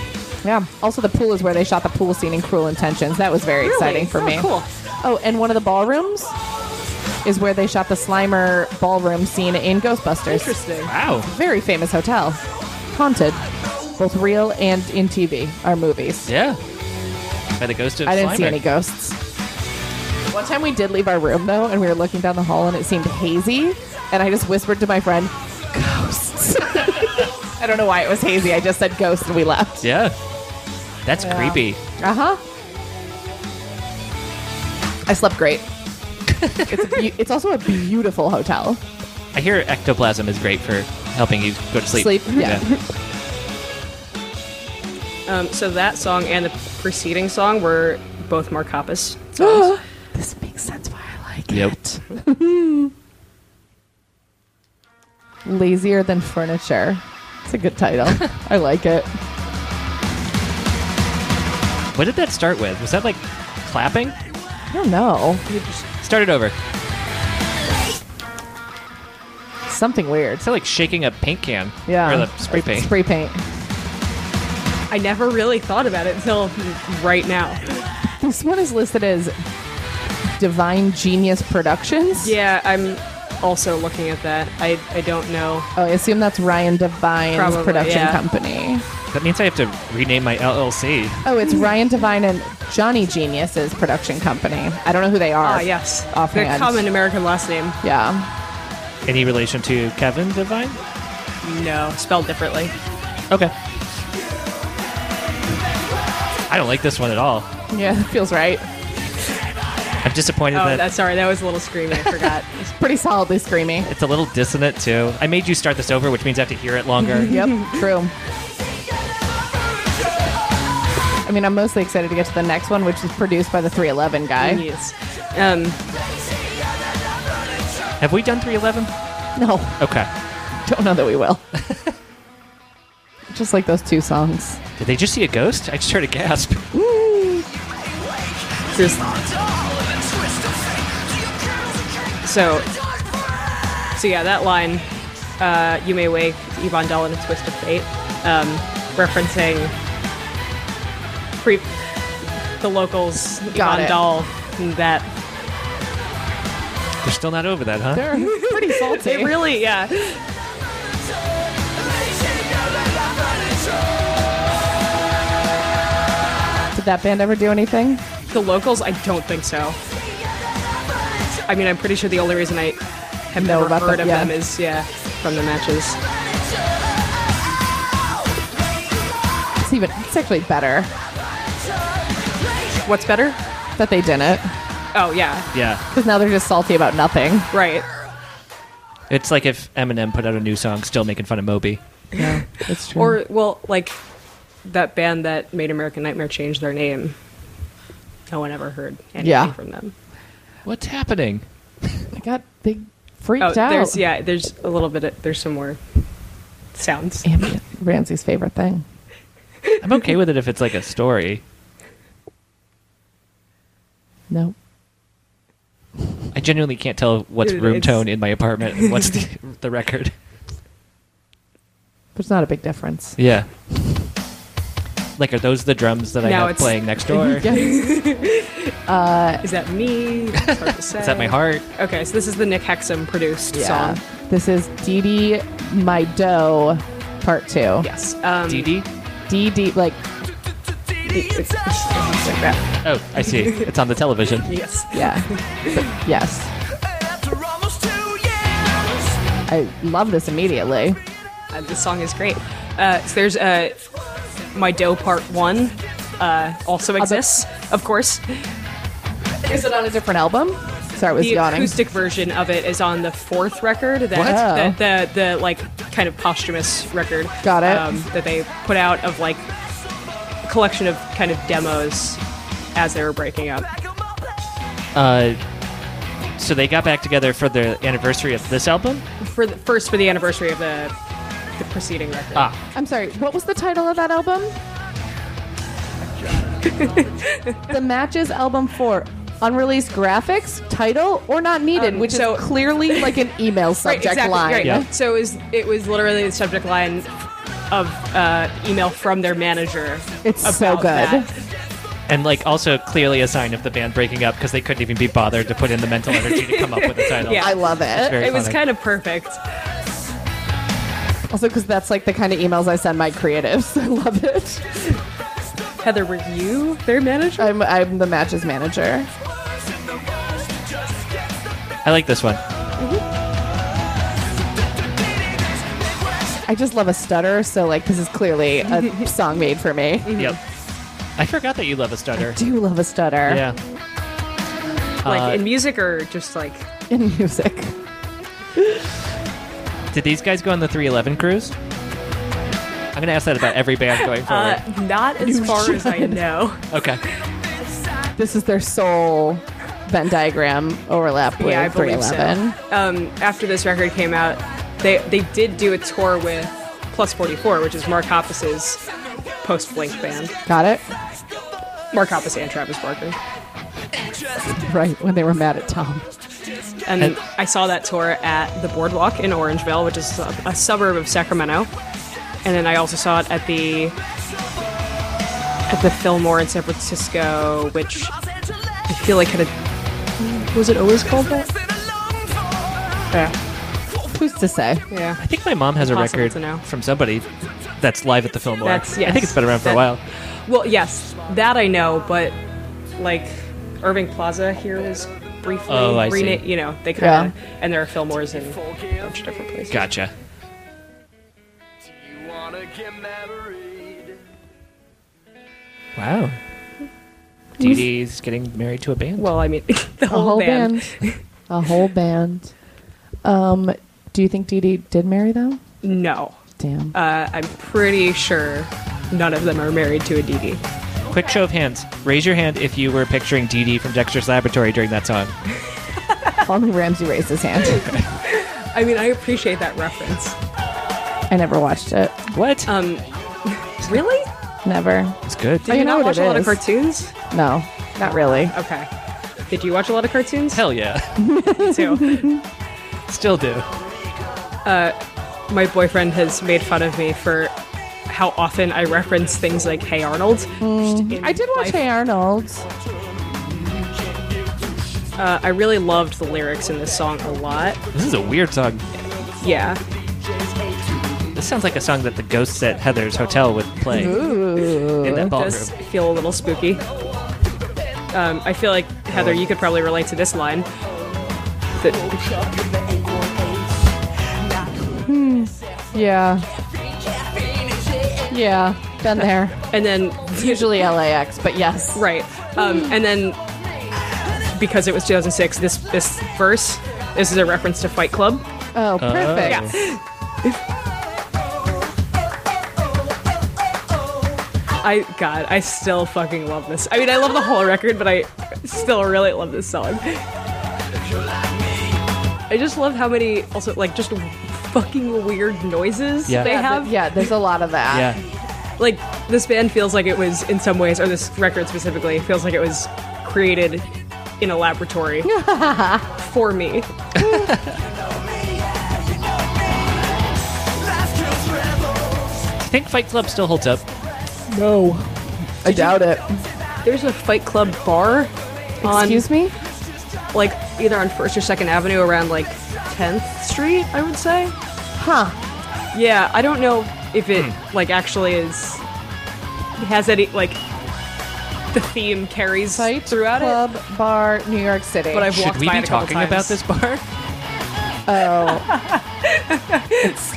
S2: Yeah. Also, the pool is where they shot the pool scene in Cruel Intentions. That was very
S3: Really?
S2: exciting for
S3: Oh,
S2: me.
S3: cool.
S2: Oh, and one of the ballrooms is where they shot the Slimer ballroom scene in Ghostbusters.
S3: Interesting.
S1: Wow.
S2: Very famous hotel. Haunted. Both real and in TV, are movies.
S1: Yeah. By the ghost of
S2: I didn't see
S1: Slimer.
S2: any ghosts. One time we did leave our room, though, and we were looking down the hall and it seemed hazy. And I just whispered to my friend, ghosts. I don't know why it was hazy. I just said ghosts and we left.
S1: Yeah. That's creepy.
S2: Uh huh. Uh-huh. I slept great. it's, a beau- it's also a beautiful hotel.
S1: I hear ectoplasm is great for helping you go to sleep.
S2: Sleep, yeah.
S3: Um, so that song and the preceding song were both Mark Hoppus songs.
S2: This makes sense why I like
S1: Yep.
S2: it. Lazier than furniture. It's a good title. I like it.
S1: What did that start with? Was that like clapping?
S2: I don't know.
S1: Start it over. Is
S2: Something weird.
S1: that like shaking a paint can?
S2: Yeah.
S1: Or the spray paint.
S2: Spray paint.
S3: I never really thought about it until right now.
S2: This one is listed as Divine Genius Productions.
S3: Yeah, I'm also looking at that. I, I don't know.
S2: Oh, I assume that's Ryan Devine's
S3: Probably,
S2: production
S3: yeah.
S2: company.
S1: that means I have to rename my LLC.
S2: Oh, it's Ryan Devine and Johnny Genius's production company. I don't know who they are.
S3: Ah, yes. Their
S2: Offhand.
S3: common American last name.
S2: Yeah.
S1: Any relation to Kevin Divine?
S3: No, spelled differently.
S1: Okay. I don't like this one at all.
S2: Yeah, that feels right.
S1: I'm disappointed
S3: Oh,
S1: that
S3: that's sorry. That was a little screamy. I forgot.
S2: It's pretty solidly screamy.
S1: it's a little dissonant too. I made you start this over, which means I have to hear it longer.
S2: Yep, true. I mean, I'm mostly excited to get to the next one, which is produced by the 311 guy.
S3: Yes. Um,
S1: have we done 311?
S2: No,
S1: Okay.
S2: don't know that we will. Just like those two songs.
S1: Did they just see a ghost? I just heard a gasp.
S3: just- so, so yeah, that line, uh, "You may wake Yvonne Dahl in a twist of fate," um, referencing pre- the locals
S2: Got
S3: Yvonne
S2: it.
S3: Dahl and that.
S1: They're still not over that, huh?
S2: They're pretty salty.
S3: It really, yeah.
S2: Did that band ever do anything?
S3: The locals, I don't think so. I mean, I'm pretty sure the only reason I have
S2: Know
S3: never
S2: about
S3: heard
S2: them,
S3: of
S2: yeah.
S3: them is yeah from the matches.
S2: It's even. It's actually better
S3: What's better?
S2: that they didn't,
S3: Oh yeah,
S1: Yeah.
S2: because now they're just salty about nothing.
S3: right.
S1: It's like if Eminem put out a new song, still making fun of Moby.
S2: It's true.
S3: Or well, like that band that made American Nightmare change their name. No one ever heard anything
S2: Yeah.
S3: from them.
S1: What's happening?
S2: I got they freaked
S3: Oh,
S2: out.
S3: there's yeah, there's a little bit. Of, there's some more sounds.
S2: Ambient, Ramsey's favorite thing.
S1: I'm okay with it if it's like a story.
S2: No.
S1: I genuinely can't tell what's
S3: It-
S1: room
S3: it's-
S1: tone in my apartment and what's the, the record.
S2: There's not a big difference.
S1: Yeah. Like, are those the drums that I
S3: Now
S1: have
S3: it's-
S1: playing next door?
S2: Yes.
S3: Is that me? It's hard to say.
S1: Is that my heart?
S3: Okay, so this is the Nick Hexum produced
S2: Yeah.
S3: song.
S2: This is Dee Dee My Doe Part Two.
S3: Yes. Um,
S1: DD?
S2: Dee Dee like
S3: like that.
S1: Oh, I see. It's on the television.
S3: Yes.
S2: yeah. But yes. I love this immediately.
S3: Uh, this song is great. Uh, so there's uh, my dough part one uh, also exists, of course.
S2: Is it on a different album? Sorry, I was
S3: The
S2: yawning.
S3: acoustic version of it is on the fourth record, that,
S2: What? Oh.
S3: that the, the like kind of posthumous record. um,
S2: Got it.
S3: that they put out of like a collection of kind of demos as they were breaking up.
S1: Uh, so they got back together for the anniversary of this album?
S3: For the, first for the anniversary of the the preceding record.
S1: Ah,
S2: I'm sorry. What was the title of that album? the Matches album four. Unreleased graphics, title, or not needed,
S3: Um,
S2: which
S3: so-
S2: is clearly like an email subject line.
S3: Right.
S1: Yeah.
S3: So it was, it was literally the subject line of uh, email from their manager.
S2: It's
S3: about
S2: so good.
S3: that.
S1: and like also clearly a sign of the band breaking up because they couldn't even be bothered to put in the mental energy to come up with a title.
S3: Yeah.
S2: I love it.
S1: Very
S3: It was
S1: funny.
S3: kind of perfect.
S2: Also, because that's like the kind of emails I send my creatives. I love it.
S3: Heather, were you their manager?
S2: I'm, I'm the matches manager.
S1: I like this one.
S2: I just love a stutter, so like this is clearly a song made for
S3: Mm-hmm.
S2: me.
S1: Yep. I forgot that you love a stutter. Uh,
S2: Do love a stutter.
S1: Yeah.
S3: Like in music or just like
S2: in music.
S1: Did these guys go on the 311 cruise? I'm gonna ask that about every band going
S3: uh,
S1: forward.
S3: not as
S2: You
S3: far as I
S2: should.
S3: know.
S1: okay.
S2: This is their sole Venn diagram overlap with
S3: yeah, I believe
S2: 311.
S3: so. Um, after this record came out, they they did do a tour with Plus 44, which is Mark Hoppus's post Blink band.
S2: Got it?
S3: Mark Hoppus and Travis Barker.
S2: Right, when they were mad at Tom.
S3: And,
S1: And-
S3: I saw that tour at the Boardwalk in Orangeville, which is a, a suburb of Sacramento. And then I also saw it at the at the Fillmore in San Francisco, which I feel like had a was it always called that? Yeah,
S2: Who's to say?
S3: yeah.
S1: I think my mom has a
S3: Impossible
S1: record
S3: to know.
S1: from somebody that's live at the Fillmore.
S3: That's-
S1: I think
S3: yes.
S1: it's been around for a
S3: That-
S1: while.
S3: Well, yes, that I know, but like Irving Plaza here was briefly,
S1: Oh, I
S3: rena-
S1: see.
S3: you know, they kind of, and there are Fillmores in a bunch of different places.
S1: Gotcha. Wow. Dee Dee's getting married to a band.
S3: Well, I mean, the
S2: A
S3: whole,
S2: whole
S3: band.
S2: band. A whole band. Um, do you think Dee Dee did marry them?
S3: No,
S2: Damn.
S3: uh, I'm pretty sure none of them are married to a DD.
S1: Quick show of hands. Raise your hand if you were picturing Dee Dee from Dexter's Laboratory during that song.
S2: Only Ramsey raised his hand.
S3: I mean, I appreciate that reference.
S2: I never watched it.
S1: What?
S3: Um, really?
S2: Never.
S1: it's good.
S2: I
S3: Did you
S2: know
S3: not
S2: what
S3: watch
S2: it
S3: a lot of
S2: is.
S3: cartoons?
S2: No, not really.
S3: Okay. Did you watch a lot of cartoons?
S1: Hell yeah.
S3: Me too.
S1: Still do.
S3: my boyfriend has made fun of me for how often I reference things like Hey Arnold.
S2: Mm-hmm. I did watch
S3: Life-
S2: Hey Arnold.
S3: Uh, I really loved the lyrics in this song a lot.
S1: This is a weird song.
S3: Yeah.
S1: This sounds like a song that the ghosts at Heather's Hotel would play in that ballroom.
S3: does feel a little spooky. Um, I feel like, Heather, you could probably relate to this line. That,
S2: Yeah. Yeah, been there.
S3: and then,
S2: Usually LAX, but yes.
S3: right. Um,
S2: Mm.
S3: and then, because it was 2006, this, this verse, this is a reference to Fight Club.
S2: Oh, perfect.
S3: Yeah. I God, I still fucking love this. I mean, I love the whole record, but I still really love this song. I just love how many also like just fucking weird noises
S1: Yeah.
S3: they
S2: Yeah,
S3: have.
S2: th- yeah, there's a lot of that.
S1: Yeah.
S3: Like this band feels like it was in some ways, or this record specifically feels like it was created in a laboratory for me.
S1: Do you think Fight Club still holds up?
S3: No,
S2: I doubt it.
S3: there's a Fight Club bar on
S2: Excuse me?
S3: like either on First or Second Avenue around like 10th Street, I would say.
S2: Huh.
S3: Yeah, I don't know if it like actually is has any like the theme carries
S2: Fight
S3: throughout
S2: Club Bar, New York City.
S3: it. But I've
S1: Should
S3: walked
S1: we
S3: by
S1: be
S3: it a couple
S1: talking
S3: times.
S1: about this bar?
S2: Oh. it's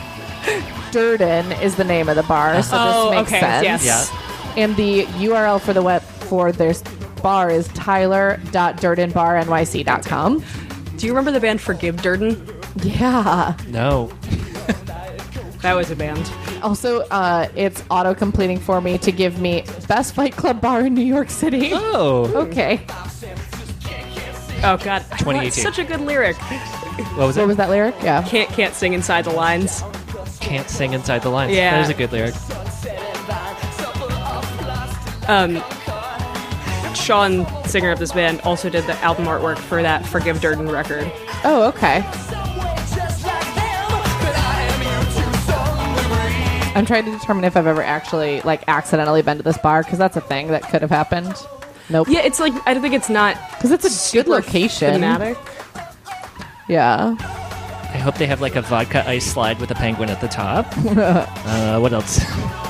S2: Durden is the name of the bar, so
S3: Oh,
S2: this makes
S3: okay,
S2: sense.
S3: yes.
S1: Yeah.
S2: And the URL for the web for their s- bar is tyler.durdenbarnyc.com.
S3: Do you remember the band Forgive Durden?
S2: Yeah.
S1: No.
S3: That was a band.
S2: Also, uh, it's auto completing for me to give me best fight club bar in New York City.
S1: Oh.
S2: Okay.
S3: Oh god, I want
S1: 2018.
S3: Such a good lyric.
S1: What was
S2: What
S1: it?
S2: was that lyric? Yeah.
S3: Can't can't sing inside the lines.
S1: Can't sing inside the lines.
S3: Yeah.
S1: That is a good lyric.
S3: Sean, singer of this band, also did the album artwork for that Forgive Durden record.
S2: Oh, okay. I'm trying to determine if I've ever actually like accidentally been to this bar because that's a thing that could have happened. Nope.
S3: Yeah, it's like I don't think it's not
S2: Because it's a
S3: super
S2: good location.
S3: thematic.
S2: Yeah.
S1: I hope they have like a vodka ice slide with a penguin at the top. uh, what else?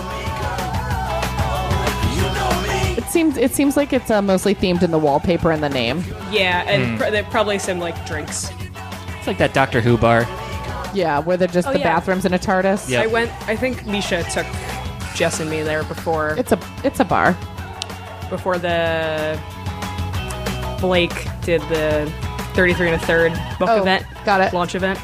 S2: It seems it seems like it's uh, mostly themed in the wallpaper and the name.
S3: Yeah, and pr- there- probably some like drinks.
S1: It's like that Doctor Who bar.
S2: Yeah, where they're just
S3: Oh,
S2: the
S3: yeah.
S2: bathrooms in a TARDIS.
S1: Yeah.
S3: I went. I think Misha took Jess and me there before
S2: It's a it's a bar.
S3: before the Blake did the 33 and a third book
S2: Oh,
S3: event.
S2: got it.
S3: Launch event.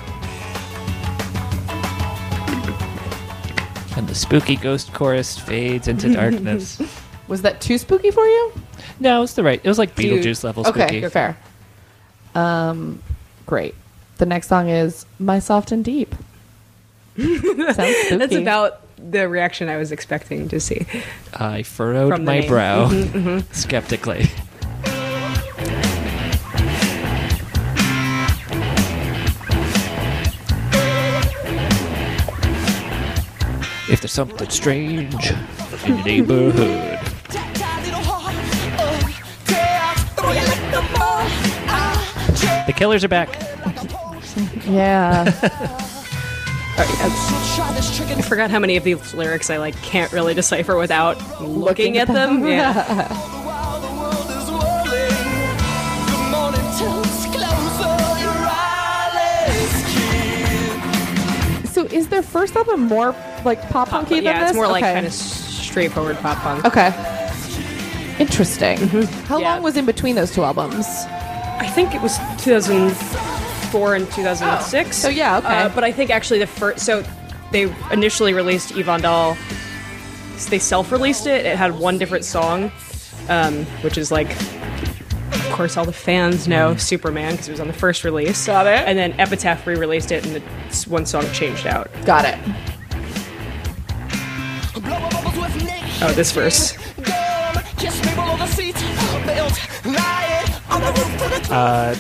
S1: And the spooky ghost chorus fades into darkness.
S2: Was that too spooky for you?
S1: no, it's the right. It was like
S3: Dude.
S1: Beetlejuice level spooky.
S2: Okay, fair. Um, great. The next song is "My Soft and Deep." Sounds spooky.
S3: That's about the reaction I was expecting to see.
S1: I furrowed
S3: From the
S1: my
S3: name.
S1: brow mm-hmm. skeptically. If there's something strange in the neighborhood, the killers are back.
S2: yeah.
S3: I forgot how many of these lyrics I like can't really decipher without looking, at them. Yeah.
S2: so is their first album more like pop punky than
S3: yeah,
S2: this?
S3: it's more like
S2: Okay.
S3: kind of straightforward pop punk.
S2: okay. Interesting. How
S3: Yeah.
S2: long was in between those two albums?
S3: I think it was 2004 and 2006.
S2: Oh, so yeah, okay.
S3: Uh, but I think actually the first, so they initially released Yvonne Dahl. So they self-released it. It had one different song, um, which is like, of course, all the fans know Superman because it was on the first release.
S2: Got it.
S3: And then Epitaph re-released it, and the s- one song changed out.
S2: Got it.
S3: Oh, this verse.
S1: Uh,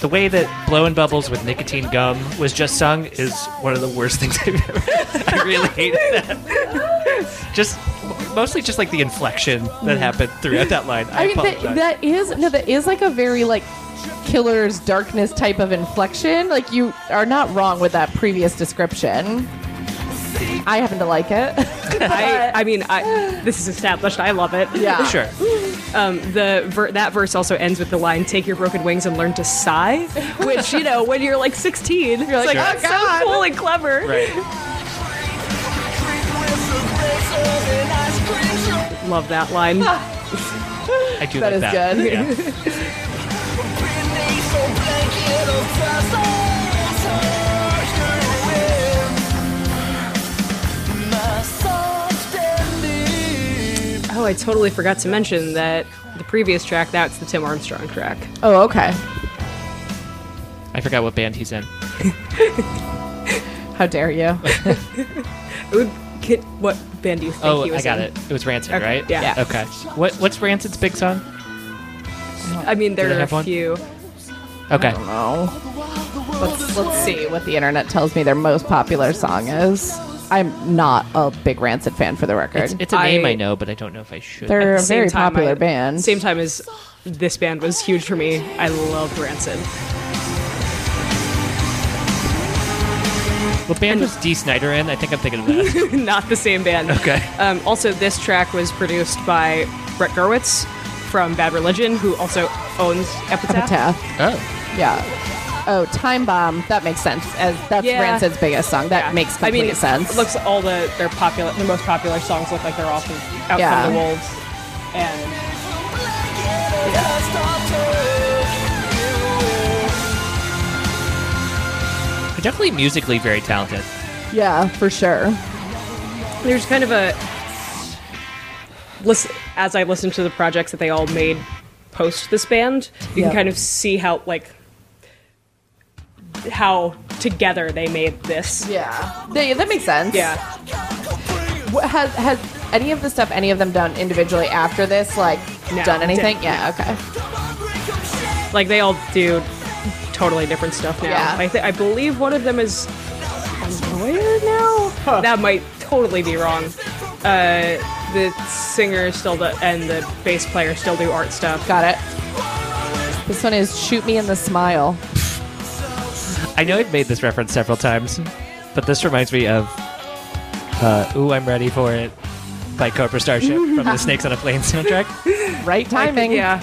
S1: The way that blowing bubbles with nicotine gum was just sung is one of the worst things I've ever. I really hated that. Just mostly just like the inflection that happened throughout that line. Mm. I,
S2: I mean,
S1: apologize.
S2: that, that is no, that is like a very like killer's darkness type of inflection. Like you are not wrong with that previous description. I happen to like it.
S3: I, I mean, I, this is established. I love it.
S2: yeah,
S1: sure.
S3: the ver- that verse also ends with the line "Take your broken wings and learn to sigh," which you know when you're like 16, you're
S2: like, "Oh,
S3: it's
S2: God."
S3: so cool and clever.
S1: Right.
S3: Love that line.
S1: I do
S2: That
S1: like
S2: is
S1: that.
S2: good.
S1: Yeah.
S3: oh, I totally forgot to mention that the previous track that's the Tim Armstrong track.
S2: Oh, okay.
S1: I forgot what band he's in.
S2: How dare you?
S3: Ooh, kid, what band do you think
S1: oh,
S3: he was
S1: I got
S3: in?
S1: it. It was Rancid,
S3: Okay,
S1: right?
S3: yeah. Yeah.
S1: Okay. What What's Rancid's big song?
S3: I mean,
S1: they
S3: there are
S1: have
S3: a
S1: one?
S3: few.
S1: Okay.
S2: Oh. Let's let's see what the internet tells me their most popular song is. I'm not a big Rancid fan for the record.
S1: It's, it's a name
S3: I-
S1: I, know, but I don't know if I should.
S3: At
S2: They're
S3: the
S2: a
S3: same
S2: very
S3: time,
S2: popular
S3: I-
S2: band.
S3: Same time as this band was huge for me. I loved Rancid.
S1: what band was D. Snyder in? I think I'm thinking of that.
S3: Not the same band.
S1: Okay.
S3: Um, also, this track was produced by Brett Gerwitz from Bad Religion, who also owns Epitaph.
S2: Epitaph.
S1: oh.
S2: Yeah. Oh, Time Bomb. That makes sense. As that's
S3: Yeah.
S2: Rancid's biggest song. That
S3: Yeah.
S2: makes complete
S3: I mean, it
S2: sense.
S3: Looks all the their popular, the most popular songs look like they're off of Out
S2: Yeah.
S3: from the Wolves, and
S1: They're definitely musically very talented.
S2: yeah, for sure.
S3: there's kind of a listen as I listen to the projects that they all made post this band, you
S2: Yeah.
S3: can kind of see how like how together they made this.
S2: Yeah. They, that makes sense.
S3: Yeah.
S2: What, has has any of the stuff any of them done individually after this? Like
S3: No.
S2: done anything? Yeah. Okay.
S3: like they all do totally different stuff now.
S2: Yeah.
S3: I, th- I believe one of them is a lawyer now. That might totally be wrong. Uh, the singer still do- and the bass player still do art stuff.
S2: Got it. This one is "Shoot Me in the Smile."
S1: I know I've made this reference several times, but this reminds me of uh, Ooh, I'm Ready for It by Cobra Starship from the Snakes on a Plane soundtrack.
S2: Right timing.
S3: Yeah.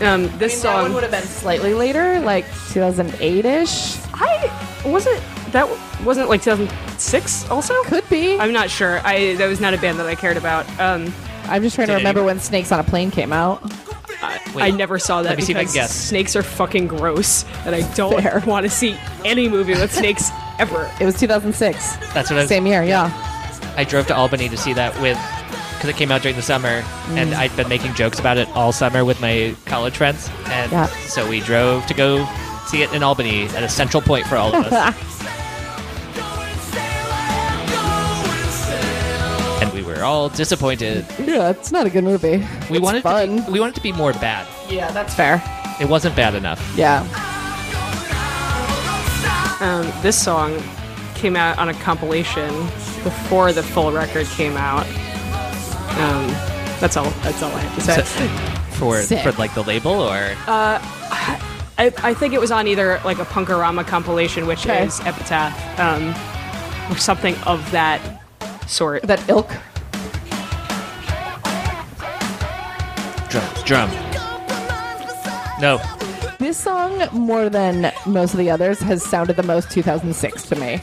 S3: Um,
S2: I mean,
S3: this
S2: that one would
S3: song
S2: have been slightly later, like 2008 ish.
S3: I wasn't that w- wasn't like 2006 also.
S2: Could be. I'm,
S3: I'm not sure. I that was not a band that I cared about. Um,
S2: just trying to
S1: Did
S2: remember
S1: anyone-
S2: when Snakes on a Plane came out.
S1: Wait,
S3: I never saw that
S1: let me see if I can
S3: because
S1: guess.
S3: snakes are fucking gross, and I don't
S2: Fair.
S3: want to see any movie with snakes ever.
S2: It was 2006.
S1: That's what I was.
S2: Same year, yeah.
S1: I drove to Albany to see that with because it came out during the summer,
S2: Mm.
S1: and I'd been making jokes about it all summer with my college friends, and
S2: Yeah.
S1: so we drove to go see it in Albany at a central point for all of us, and we were all disappointed.
S2: yeah, it's not a good movie.
S1: We
S2: It's
S1: wanted
S2: fun.
S1: To be, we wanted to be more bad.
S2: yeah, that's fair.
S1: It wasn't bad enough.
S2: Yeah.
S3: Um, this song came out on a compilation before the full record came out. Um, that's all. That's all I have to say.
S1: So- for
S2: Sick. Uh,
S1: for like the label or
S3: I, I think it was on either like a Punkorama compilation, which
S2: Okay.
S3: is Epitaph, um, or something of that sort.
S2: That ilk.
S1: drum drum. No,
S2: This song, more than most of the others, has sounded the most 2006 to me.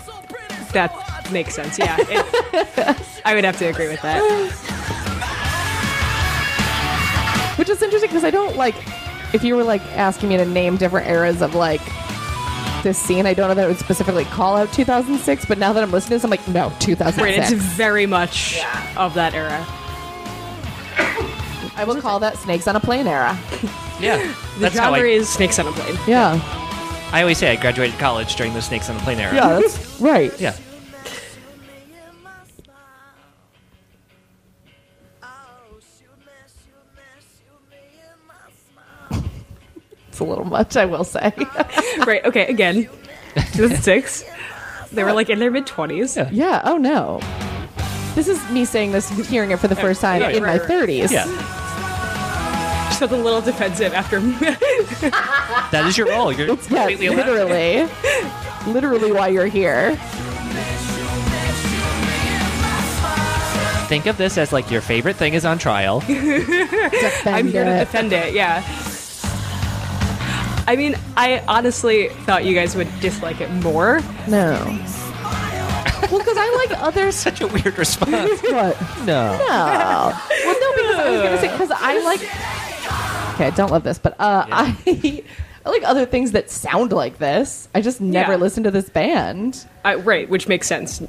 S3: That makes sense. Yeah, It- I would have to agree with that.
S2: Which is interesting because I don't like. If you were like asking me to name different eras of like this scene, I don't know that it would specifically call out 2006. But now that I'm listening to this, I'm like, no, 2006.
S3: Right, it's very much of that era.
S2: I will call that Snakes on a Plane era.
S1: yeah.
S3: The
S1: That's how
S3: genre
S1: I,
S3: is snakes on a plane.
S2: Yeah.
S1: I always say I graduated college during the Snakes on the Plane era.
S2: Yeah, that's right.
S1: Yeah.
S2: It's a little much, I will say.
S3: right. Okay. Again, 2006. They were like in their mid 20s.
S1: Yeah.
S2: yeah, oh no. This is me saying this, hearing it for the first time
S1: Yeah,
S2: in
S3: right,
S2: my
S3: right.
S2: 30s.
S1: Yeah.
S3: Just felt a little defensive after.
S1: That is your role. You're
S2: Yeah,
S1: completely allowed.
S2: literally. literally why you're here.
S1: Think of this as like your favorite thing is on trial.
S3: I'm here to
S2: Defend it.
S3: defend it. Yeah. I mean, I honestly thought you guys would dislike it more.
S2: No. well, because I like others.
S1: Such a weird response.
S2: What?
S1: No.
S2: No. Well, no, because I was gonna say because I like. Okay, I don't love this, but uh,
S1: Yeah.
S2: I I like other things that sound like this. I just never
S3: Yeah.
S2: listen to this band.
S3: I, Uh, right, which makes sense.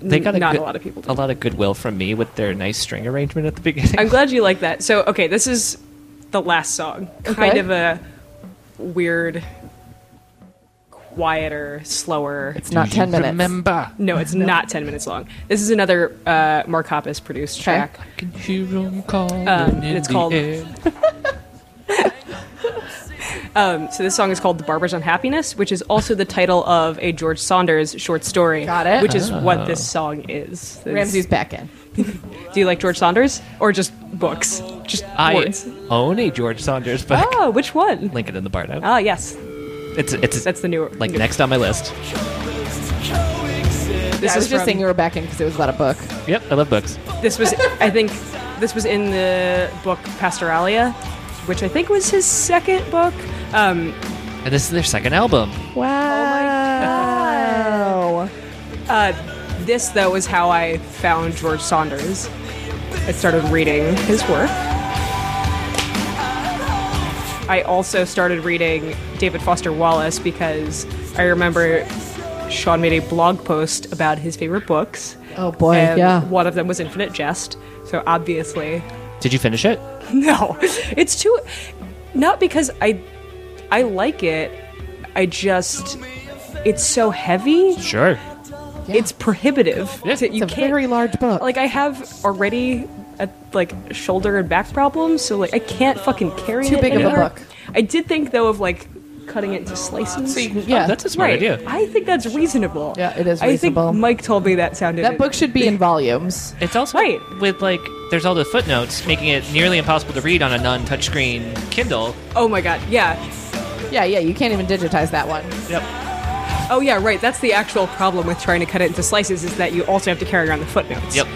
S1: They got a
S3: not
S1: good-
S3: a lot of people. Do.
S1: A lot of goodwill from me with their nice string arrangement at the beginning.
S3: I'm glad you like that. So, okay, this is the last song. Kind
S2: Okay.
S3: of a weird, quieter, slower.
S2: It's not ten minutes.
S1: Remember.
S3: No, it's not 10 minutes long. This is another uh, Mark Hoppus produced
S2: Okay.
S3: track.
S1: Can you roam calling
S3: and
S1: in
S3: it's
S1: the
S3: called-
S1: air?
S3: Um, so this song is called "The Barber's Unhappiness," which is also the title of a George Saunders short story.
S2: Got it.
S3: Which is
S1: Ah.
S3: what this song is. It's-
S2: Ramsey's back in.
S3: Do you like George Saunders or just books? Just
S1: I
S3: words.
S1: own a George Saunders book.
S3: Oh, which one?
S1: Lincoln in the Bardo.
S3: Ah, yes,
S1: It's it's
S3: that's the newer.
S1: like
S3: newer-
S1: next on my list.
S3: This
S2: Yeah, I was just
S3: is from-
S2: saying you were back in because it was about a book.
S1: Yep, I love books.
S3: This was, I think, this was in the book Pastoralia, which I think was his second book. Um,
S1: And this is their second album.
S2: Wow.
S3: uh, this though was how I found George Saunders. I started reading his work. I also started reading David Foster Wallace because I remember Sean made a blog post about his favorite books.
S2: Oh boy,
S3: and
S2: yeah.
S3: One of them was Infinite Jest. So obviously,
S1: Did you finish it?
S3: no, it's too. Not because I, I like it. I just, it's so heavy.
S1: Sure.
S3: It's prohibitive.
S1: Yeah.
S3: to- you
S2: It's a
S3: can't-
S2: very large book.
S3: like I have already uh like shoulder and back problems, so like I can't fucking carry
S2: Too
S3: it
S2: big of a
S3: anymore.
S2: book.
S3: I did think though of like cutting it into slices.
S2: yeah,
S1: That's a smart
S3: right.
S1: idea.
S3: I think that's reasonable.
S2: Yeah, it is
S3: I
S2: reasonable.
S3: think Mike told me that sounded
S2: that book should be in volumes.
S1: It's also
S3: Right.
S1: with like there's all the footnotes, making it nearly impossible to read on a non-touchscreen Kindle.
S3: Oh my god. Yeah.
S2: Yeah, yeah. You can't even digitize that one.
S1: Yep.
S3: Oh yeah, right. That's the actual problem with trying to cut it into slices is that you also have to carry around the footnotes.
S1: Yep.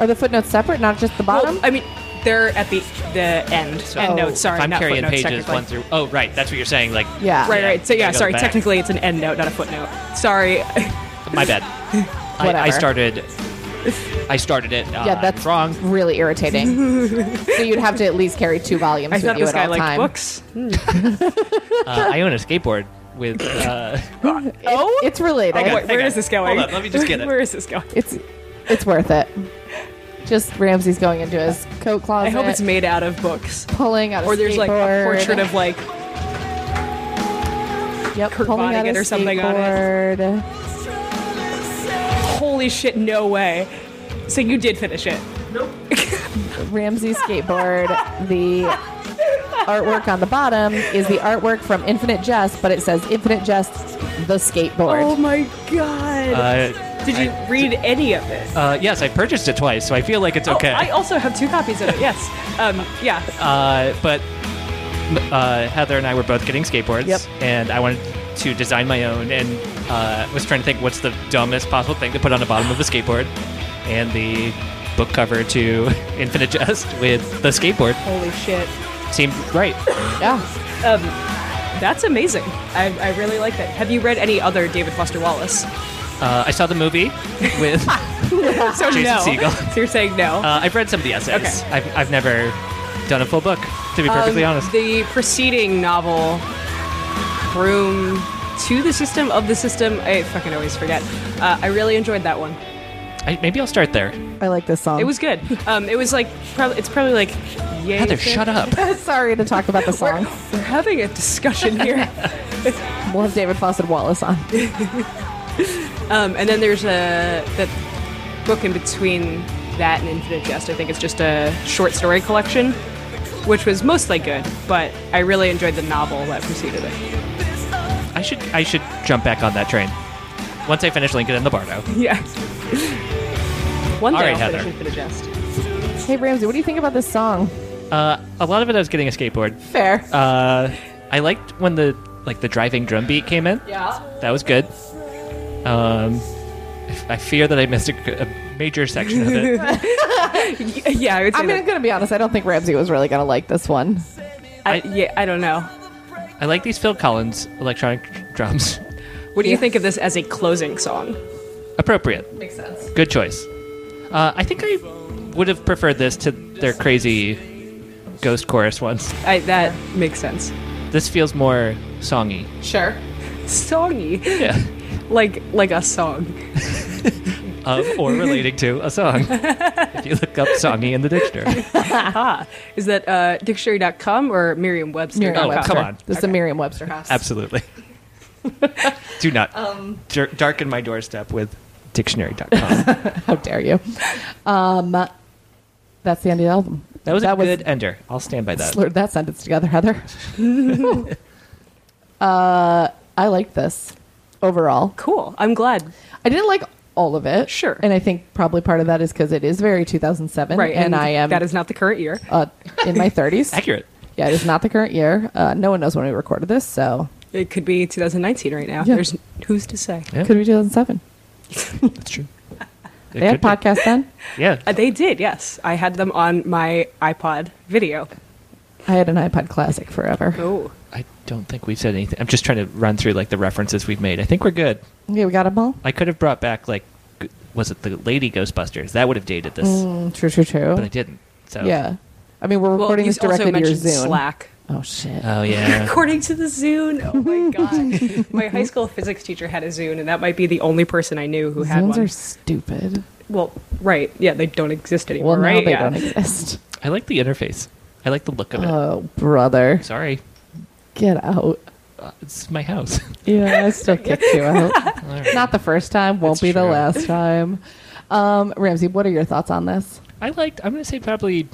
S2: Are the footnotes separate, not just the bottom?
S3: Well, I mean, they're at the the end. end notes. Sorry,
S1: if I'm
S3: not
S1: carrying
S3: footnotes,
S1: pages
S3: technically.
S1: one through. Oh, right. That's what you're saying. Like,
S2: yeah.
S3: Right,
S1: Yeah,
S3: right. So
S1: you
S3: yeah,
S1: gotta go
S3: sorry.
S1: back.
S3: Technically, it's an end note, not a footnote. Sorry.
S1: my bad. I, I
S2: Whatever.
S1: started I started it. Uh,
S2: Yeah, that's
S1: wrong.
S2: Really irritating. so you'd have to at least carry two volumes
S3: I
S2: with
S3: thought
S2: you
S3: this
S2: at
S3: guy
S2: all
S3: liked
S2: time.
S3: books.
S1: Uh, I own a skateboard with. Uh,
S3: Oh,
S2: It's related.
S1: Hang on,
S3: Wait,
S1: hang
S3: where
S1: on.
S3: is this going?
S1: Hold on, let me just get it.
S3: Where is this going?
S2: It's it's worth it. Just Ramsey's going into his coat closet.
S3: I hope it's made out of books.
S2: pulling out.
S3: Or there's like a
S2: skateboard.
S3: portrait of like
S2: yep,
S3: Kurt
S2: pulling out a
S3: Vonnegut or something on it.
S2: skateboard.
S3: holy shit, no way. So you did finish it.
S2: Ramsey skateboard. The artwork on the bottom is the artwork from Infinite Jest, but it says Infinite Jest the skateboard.
S3: my god.
S1: uh,
S3: did you
S1: I-
S3: read any of it?
S1: uh, yes, I purchased it twice, so I feel like it's
S3: Oh,
S1: okay.
S3: I also have two copies of it. Yes. Um, yeah.
S1: uh, but uh, Heather and I were both getting skateboards,
S2: Yep.
S1: and I wanted to design my own, and uh, was trying to think what's the dumbest possible thing to put on the bottom of a skateboard, and the book cover to Infinite Jest with the skateboard
S3: Holy shit.
S1: seemed right.
S2: yeah.
S3: That's amazing. I, I really like that. Have you read any other David Foster Wallace?
S1: Uh, I saw the movie with.
S3: So
S1: Jason
S3: no.
S1: Segel.
S3: So you're saying no.
S1: Uh, I've read some of the essays.
S3: Okay.
S1: I've, I've never done a full book, to be perfectly
S3: Um,
S1: honest.
S3: The preceding novel, Room to the System of the System, I fucking always forget. Uh, I really enjoyed that one.
S1: I, maybe I'll start there.
S2: I like this song.
S3: It was good. Um, it was like, probably, it's probably like, yay.
S1: Heather,
S3: thick.
S1: shut up.
S2: Sorry to talk about the song.
S3: We're having a discussion here.
S2: We'll have David Fawcett Wallace on.
S3: um, and then there's a that book in between that and Infinite Jest. I think it's just a short story collection, which was mostly good, but I really enjoyed the novel that preceded it.
S1: I should I should jump back on that train. Once I finish Lincoln and the Bardo.
S3: Yeah. One day
S1: All right,
S3: I'll finish
S1: Heather.
S3: Infinite Jest.
S2: Hey Ramsey, what do you think about this song?
S1: Uh, a lot of it I was getting a skateboard.
S2: Fair.
S1: Uh, I liked when the like the driving drum beat came in.
S3: Yeah.
S1: That was good. Um, I- I fear that I missed a, a major section of it.
S3: Yeah, I would say
S2: I mean, I'm
S3: that-
S2: gonna be honest. I don't think Ramsey was really gonna like this one.
S3: I, yeah, I don't know.
S1: I like these Phil Collins electronic drums.
S3: What do you think of this as a closing song?
S1: Appropriate.
S2: Makes sense.
S1: Good choice. Uh, I think I would have preferred this to their crazy ghost chorus ones.
S3: I, that makes sense.
S1: This feels more songy.
S2: Sure.
S3: Songy,
S1: Yeah.
S3: like like a song.
S1: Of or relating to a song. if you look up songy in the dictionary.
S3: Ah, is that uh, dictionary.com or Merriam-Webster?
S1: Oh,
S2: Merriam-Webster.
S1: come on.
S2: This is a Merriam-Webster house.
S1: Absolutely. Do not
S2: Um,
S1: dar- darken my doorstep with dictionary.com.
S2: How dare you? Um, that's the end of the album.
S1: That was
S2: that
S1: a good ender. I'll stand by that.
S2: slurred that sentence together, Heather. uh, I like this overall.
S3: Cool. I'm glad.
S2: I didn't like all of it.
S3: Sure.
S2: And I think probably part of that is because it is very 2007.
S3: Right,
S2: And, I am
S3: That is not the current year.
S2: uh, in my 30s.
S1: Accurate.
S2: Yeah, it is not the current year. Uh, no one knows when we recorded this, so
S3: It could be 2019 right now.
S2: Yeah.
S3: There's who's to say?
S1: Yeah.
S2: could be 2007.
S1: That's true.
S2: They had podcasts then.
S1: Yeah.
S3: Uh, they did. Yes, I had them on my iPod video.
S2: I had an iPod Classic forever.
S3: Oh,
S1: I don't think we've said anything. I'm just trying to run through like the references we've made. I think we're good.
S2: Okay, we got them all.
S1: I could have brought back like, g- was it the Lady Ghostbusters? That would have dated this,
S2: Mm, true, true, true.
S1: but I didn't. So
S2: Yeah. I mean, we're
S3: well,
S2: recording
S3: you
S2: this directly
S3: also
S2: to your
S3: mentioned
S2: Zune.
S3: Slack.
S2: Oh shit.
S1: Oh yeah.
S3: According to the Zune. Oh my god. my high school physics teacher had a Zune, and that might be the only person I knew who had
S2: Zunes
S3: one.
S2: are stupid.
S3: well, right. Yeah, they don't exist anymore,
S2: Well,
S3: right?
S2: now they
S3: yeah.
S2: don't exist.
S1: I like the interface. I like the look of it.
S2: Oh, brother,
S1: Sorry,
S2: get out!
S1: uh, it's my house.
S2: Yeah, I still kicked you out.
S1: All right.
S2: Not the first time. Won't
S1: That's
S2: be the
S1: true.
S2: last time. Um, Ramsey, what are your thoughts on this?
S1: I liked. I'm gonna say probably.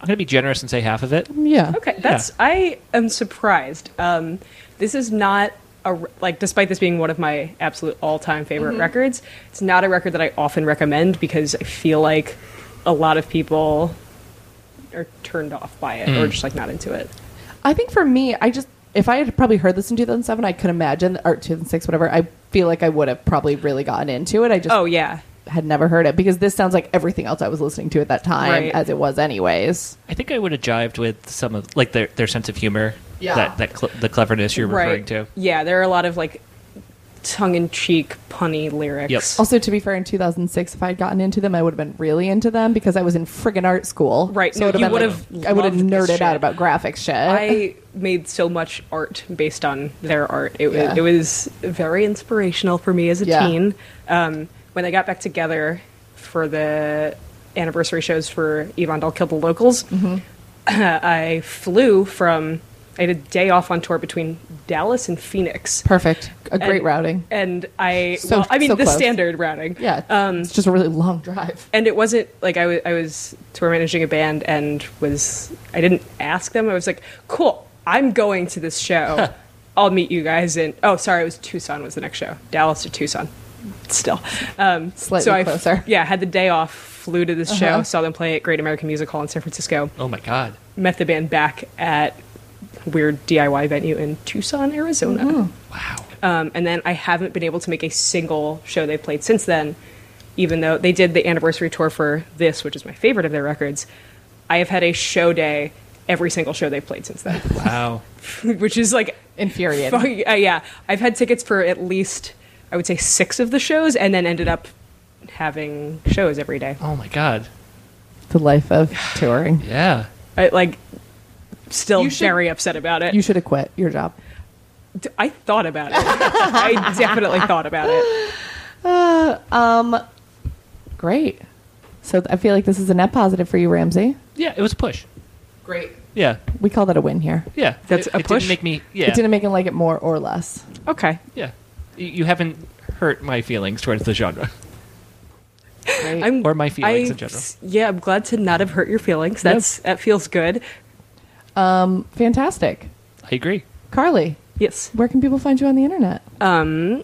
S1: I'm gonna be generous and say half of it.
S2: Yeah.
S3: Okay, that's I am surprised. Um, this is not a r- like despite this being one of my absolute all-time favorite records, it's not a record that I often recommend because I feel like a lot of people are turned off by it
S1: Hmm.
S3: or just like not into it.
S2: I think for me, I just if I had probably heard this in 2007, I could imagine or 2006, whatever. I feel like I would have probably really gotten into it. I just
S3: Oh yeah.
S2: had never heard it because this sounds like everything else I was listening to at that time,
S3: Right.
S2: as it was anyways.
S1: I think I would have jived with some of like their their sense of humor.
S2: Yeah.
S1: That that cl- the cleverness you're referring to.
S3: Yeah, there are a lot of like tongue in cheek, punny lyrics.
S1: Yep.
S2: Also, to be fair, in 2006, if I had gotten into them, I would have been really into them because I was in friggin' art school.
S3: Right,
S2: So
S3: no,
S2: it
S3: you
S2: would have.
S3: would've
S2: I would have
S3: loved this
S2: nerded out
S3: shit.
S2: about graphic shit.
S3: I made so much art based on their art. It, wa-
S2: Yeah.
S3: it was very inspirational for me as a
S2: Yeah.
S3: teen. Um, when they got back together for the anniversary shows for Yvonne Doll Kill the Locals,
S2: Mm-hmm.
S3: I flew from, I had a day off on tour between Dallas and Phoenix.
S2: Perfect. A great
S3: And-
S2: routing.
S3: And I,
S2: So-
S3: well, I mean,
S2: so
S3: the
S2: close.
S3: standard routing.
S2: Yeah.
S3: Um,
S2: it's just a really long drive.
S3: and it wasn't like I wa- I was tour managing a band and was I didn't ask them. I was like, cool, I'm going to this show. I'll meet you guys in. Oh, sorry, it was Tucson was the next show. Dallas to Tucson, still. Um,
S2: Slightly
S3: I f-
S2: closer.
S3: yeah, had the day off, flew to this
S2: Uh-huh.
S3: show, saw them play at Great American Music Hall in San Francisco,
S1: Oh my god.
S3: met the band back at weird DIY venue in Tucson, Arizona.
S2: Oh.
S1: Wow.
S3: Um, and then I haven't been able to make a single show they've played since then, even though they did the anniversary tour for this, which is my favorite of their records. I have had a show day every single show they've played since then,
S1: Wow.
S3: which is like,
S2: Infuriating.
S3: fuck, uh, yeah. I've had tickets for at least, I would say, six of the shows, and then ended up having shows every day.
S1: Oh my god.
S2: The life of touring.
S1: Yeah.
S3: I, like, still
S2: You should-
S3: very upset about it.
S2: You should have quit your job.
S3: D- I thought about it. I definitely thought about it.
S2: Um, Great. So I feel like this is a net positive for you, Ramsey.
S1: Yeah, it was a push.
S2: Great.
S1: Yeah.
S2: We call that a win here.
S1: Yeah.
S3: That's
S1: it,
S3: a
S1: it
S3: push?
S1: didn't make me yeah.
S2: It didn't make him like it more or less.
S3: Okay.
S1: yeah. You, you haven't hurt my feelings towards the genre.
S2: Great.
S3: I'm,
S1: Or my feelings
S3: I-
S1: in general.
S3: Yeah, I'm glad to not have hurt your feelings. That's that feels good.
S2: Um, Fantastic.
S1: I agree.
S2: Carly,
S3: Yes. Um,
S2: where can people find you on the internet?
S3: Uh,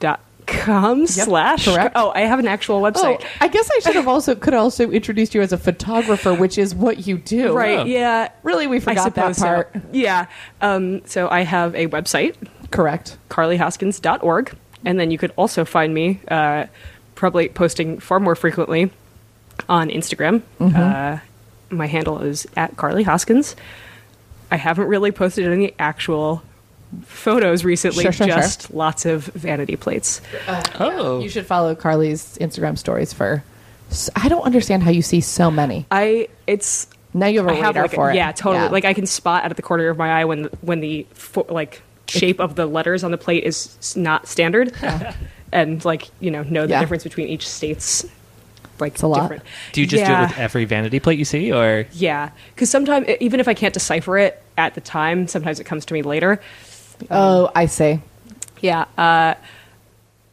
S3: Instagram.com slash.
S2: correct.
S3: Oh, I have an actual
S2: Oh,
S3: website.
S2: I guess I should have also could also introduced you as a photographer, which is what you do.
S3: right.
S1: wow.
S3: Yeah.
S2: Really, we
S3: I
S2: forgot that
S3: suppose so.
S2: part.
S3: Yeah. Um, so I have a website,
S2: Correct.
S3: carlyhoskins.org, and then you could also find me uh, probably posting far more frequently on Instagram.
S2: Mm-hmm.
S3: Uh, my handle is at Carly Hoskins. I haven't really posted any actual photos recently,
S2: Sure, sure, sure.
S3: just lots of vanity plates.
S1: Oh.
S2: You should follow Carly's Instagram stories for. s- I don't understand how you see so many.
S3: I it's
S2: Now you have a
S3: I
S2: radar
S3: have like a-
S2: for it.
S3: yeah totally
S2: Yeah.
S3: like I can spot out of the corner of my eye when when the fo- like shape of the letters on the plate is s- not standard, and like you know know the
S2: Yeah.
S3: difference between each state's like
S2: a lot.
S3: different.
S1: Do you just do
S3: Yeah.
S1: it with every vanity plate you see or
S3: Yeah, because sometimes even if I can't decipher it at the time, sometimes it comes to me later.
S2: Oh, I see.
S3: Yeah, uh,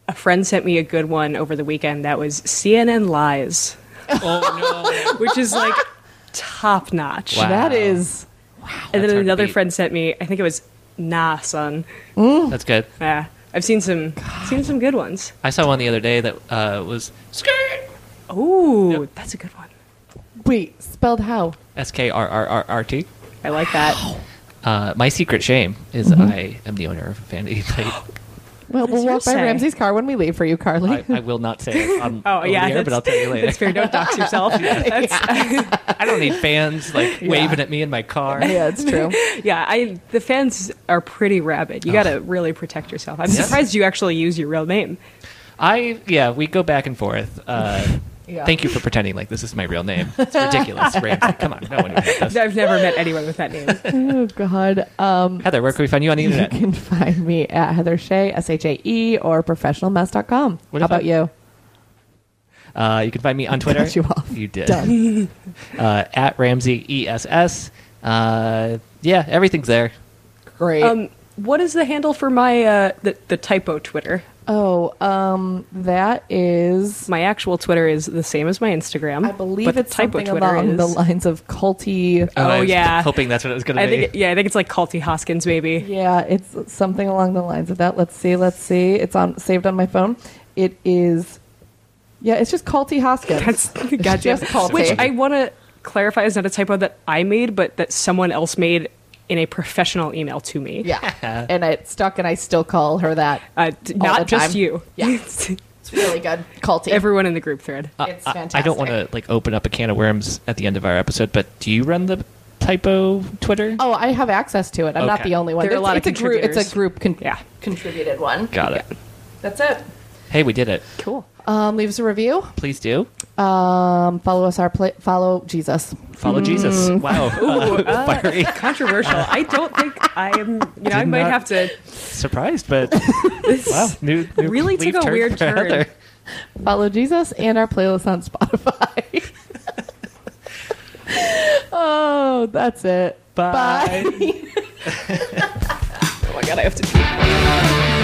S3: a friend sent me a good one over the weekend that was CNN lies,
S1: Oh
S3: which is like top notch.
S1: Wow.
S2: That is
S3: And
S1: That's
S3: then
S1: hard to
S3: another
S1: beat.
S3: friend sent me, I think it was Nah Son.
S2: Mm.
S1: no. That's good.
S3: Yeah. I've seen some seen some good ones.
S1: I saw one the other day that uh, was skirt.
S3: Oh, that's a good one.
S2: wait spelled how?
S1: S K R R R R T.
S3: I like that.
S1: Uh, my secret shame is I am the owner of a vanity plate.
S2: Well,
S3: does
S2: we'll walk
S3: yours
S2: by
S3: say?
S2: Ramsey's car when we leave for you, Carly.
S1: I, I will not say it on
S3: Oh
S1: over
S3: yeah,
S1: the air,
S3: that's,
S1: but I'll tell you
S3: That's
S1: later.
S3: fair. Don't dox yourself. That's-
S1: I don't need fans like waving at me in my car.
S2: yeah, it's true.
S3: yeah, I the fans are pretty rabid. You got to really protect yourself. I'm
S1: Oh. Yeah.
S3: surprised you actually use your real name.
S1: I yeah, we go back and forth. Uh,
S2: Yeah.
S1: Thank you for pretending like this is my real name. It's ridiculous, Ramsey. Come on, no one would have this.
S3: I've never met anyone with that name.
S2: Oh God. Um,
S1: Heather, where can we find you on the
S2: you
S1: internet?
S2: can find me at Heather Shea, S H A E, or professionalmess.com.
S1: What
S2: how
S1: if I-
S2: about you?
S1: Uh, you can find me on Twitter.
S2: Cut you off.
S1: You did.
S2: Done.
S1: Uh, at Ramsey ESS. Uh, yeah, everything's there.
S2: Great.
S3: Um, what is the handle for my uh, the, the typo Twitter?
S2: oh, um, that is.
S3: My actual Twitter is the same as my Instagram.
S2: I believe
S3: but the
S2: it's
S3: typo
S2: something
S3: Twitter
S2: along
S3: is.
S2: the lines of culty.
S3: Oh,
S1: I was
S3: yeah.
S1: hoping that's what it was going to
S3: I
S1: be.
S3: think yeah, I think it's like Culty Hoskins maybe.
S2: Yeah, it's something along the lines of that. Let's see, let's see. It's on saved on my phone. It is. Yeah, it's just culty Hoskins.
S3: That's
S2: It's
S3: goddamn.
S2: just culty.
S3: Which I want to clarify is not a typo that I made, but that someone else made in a professional email to me.
S2: yeah, and it stuck, and I still call her that.
S3: Uh, t-
S2: All
S3: not
S2: the
S3: just
S2: time.
S3: you.
S2: Yeah. It's really good. Culty.
S3: Everyone in the group thread.
S2: it's
S1: I-
S2: fantastic.
S1: I don't want to like open up a can of worms at the end of our episode, but do you run the typo Twitter?
S2: Oh, I have access to it. I'm not
S1: Okay.
S2: the only one.
S3: There are a
S2: It's-
S3: lot
S2: it's
S3: of
S2: a group. It's
S3: contributors.
S2: a group con-
S3: Yeah.
S2: contributed one.
S1: Got it.
S2: That's it.
S1: Hey, we did it.
S3: Cool.
S2: Um, leave us a review.
S1: Please do.
S2: Um, follow us. Our pla follow Jesus.
S3: Mm.
S1: Follow Jesus. Wow. Uh, fiery.
S3: Controversial. I don't think I'm. You know, I
S1: Did
S3: might
S1: not-
S3: have to.
S1: Surprised, but wow. New, new
S3: Really
S1: leaf
S3: took a weird
S1: for
S3: turn.
S1: Heather.
S2: Follow Jesus and our playlist on Spotify. oh, that's it.
S1: Bye.
S2: Bye.
S3: Oh my god, I have to. Pee.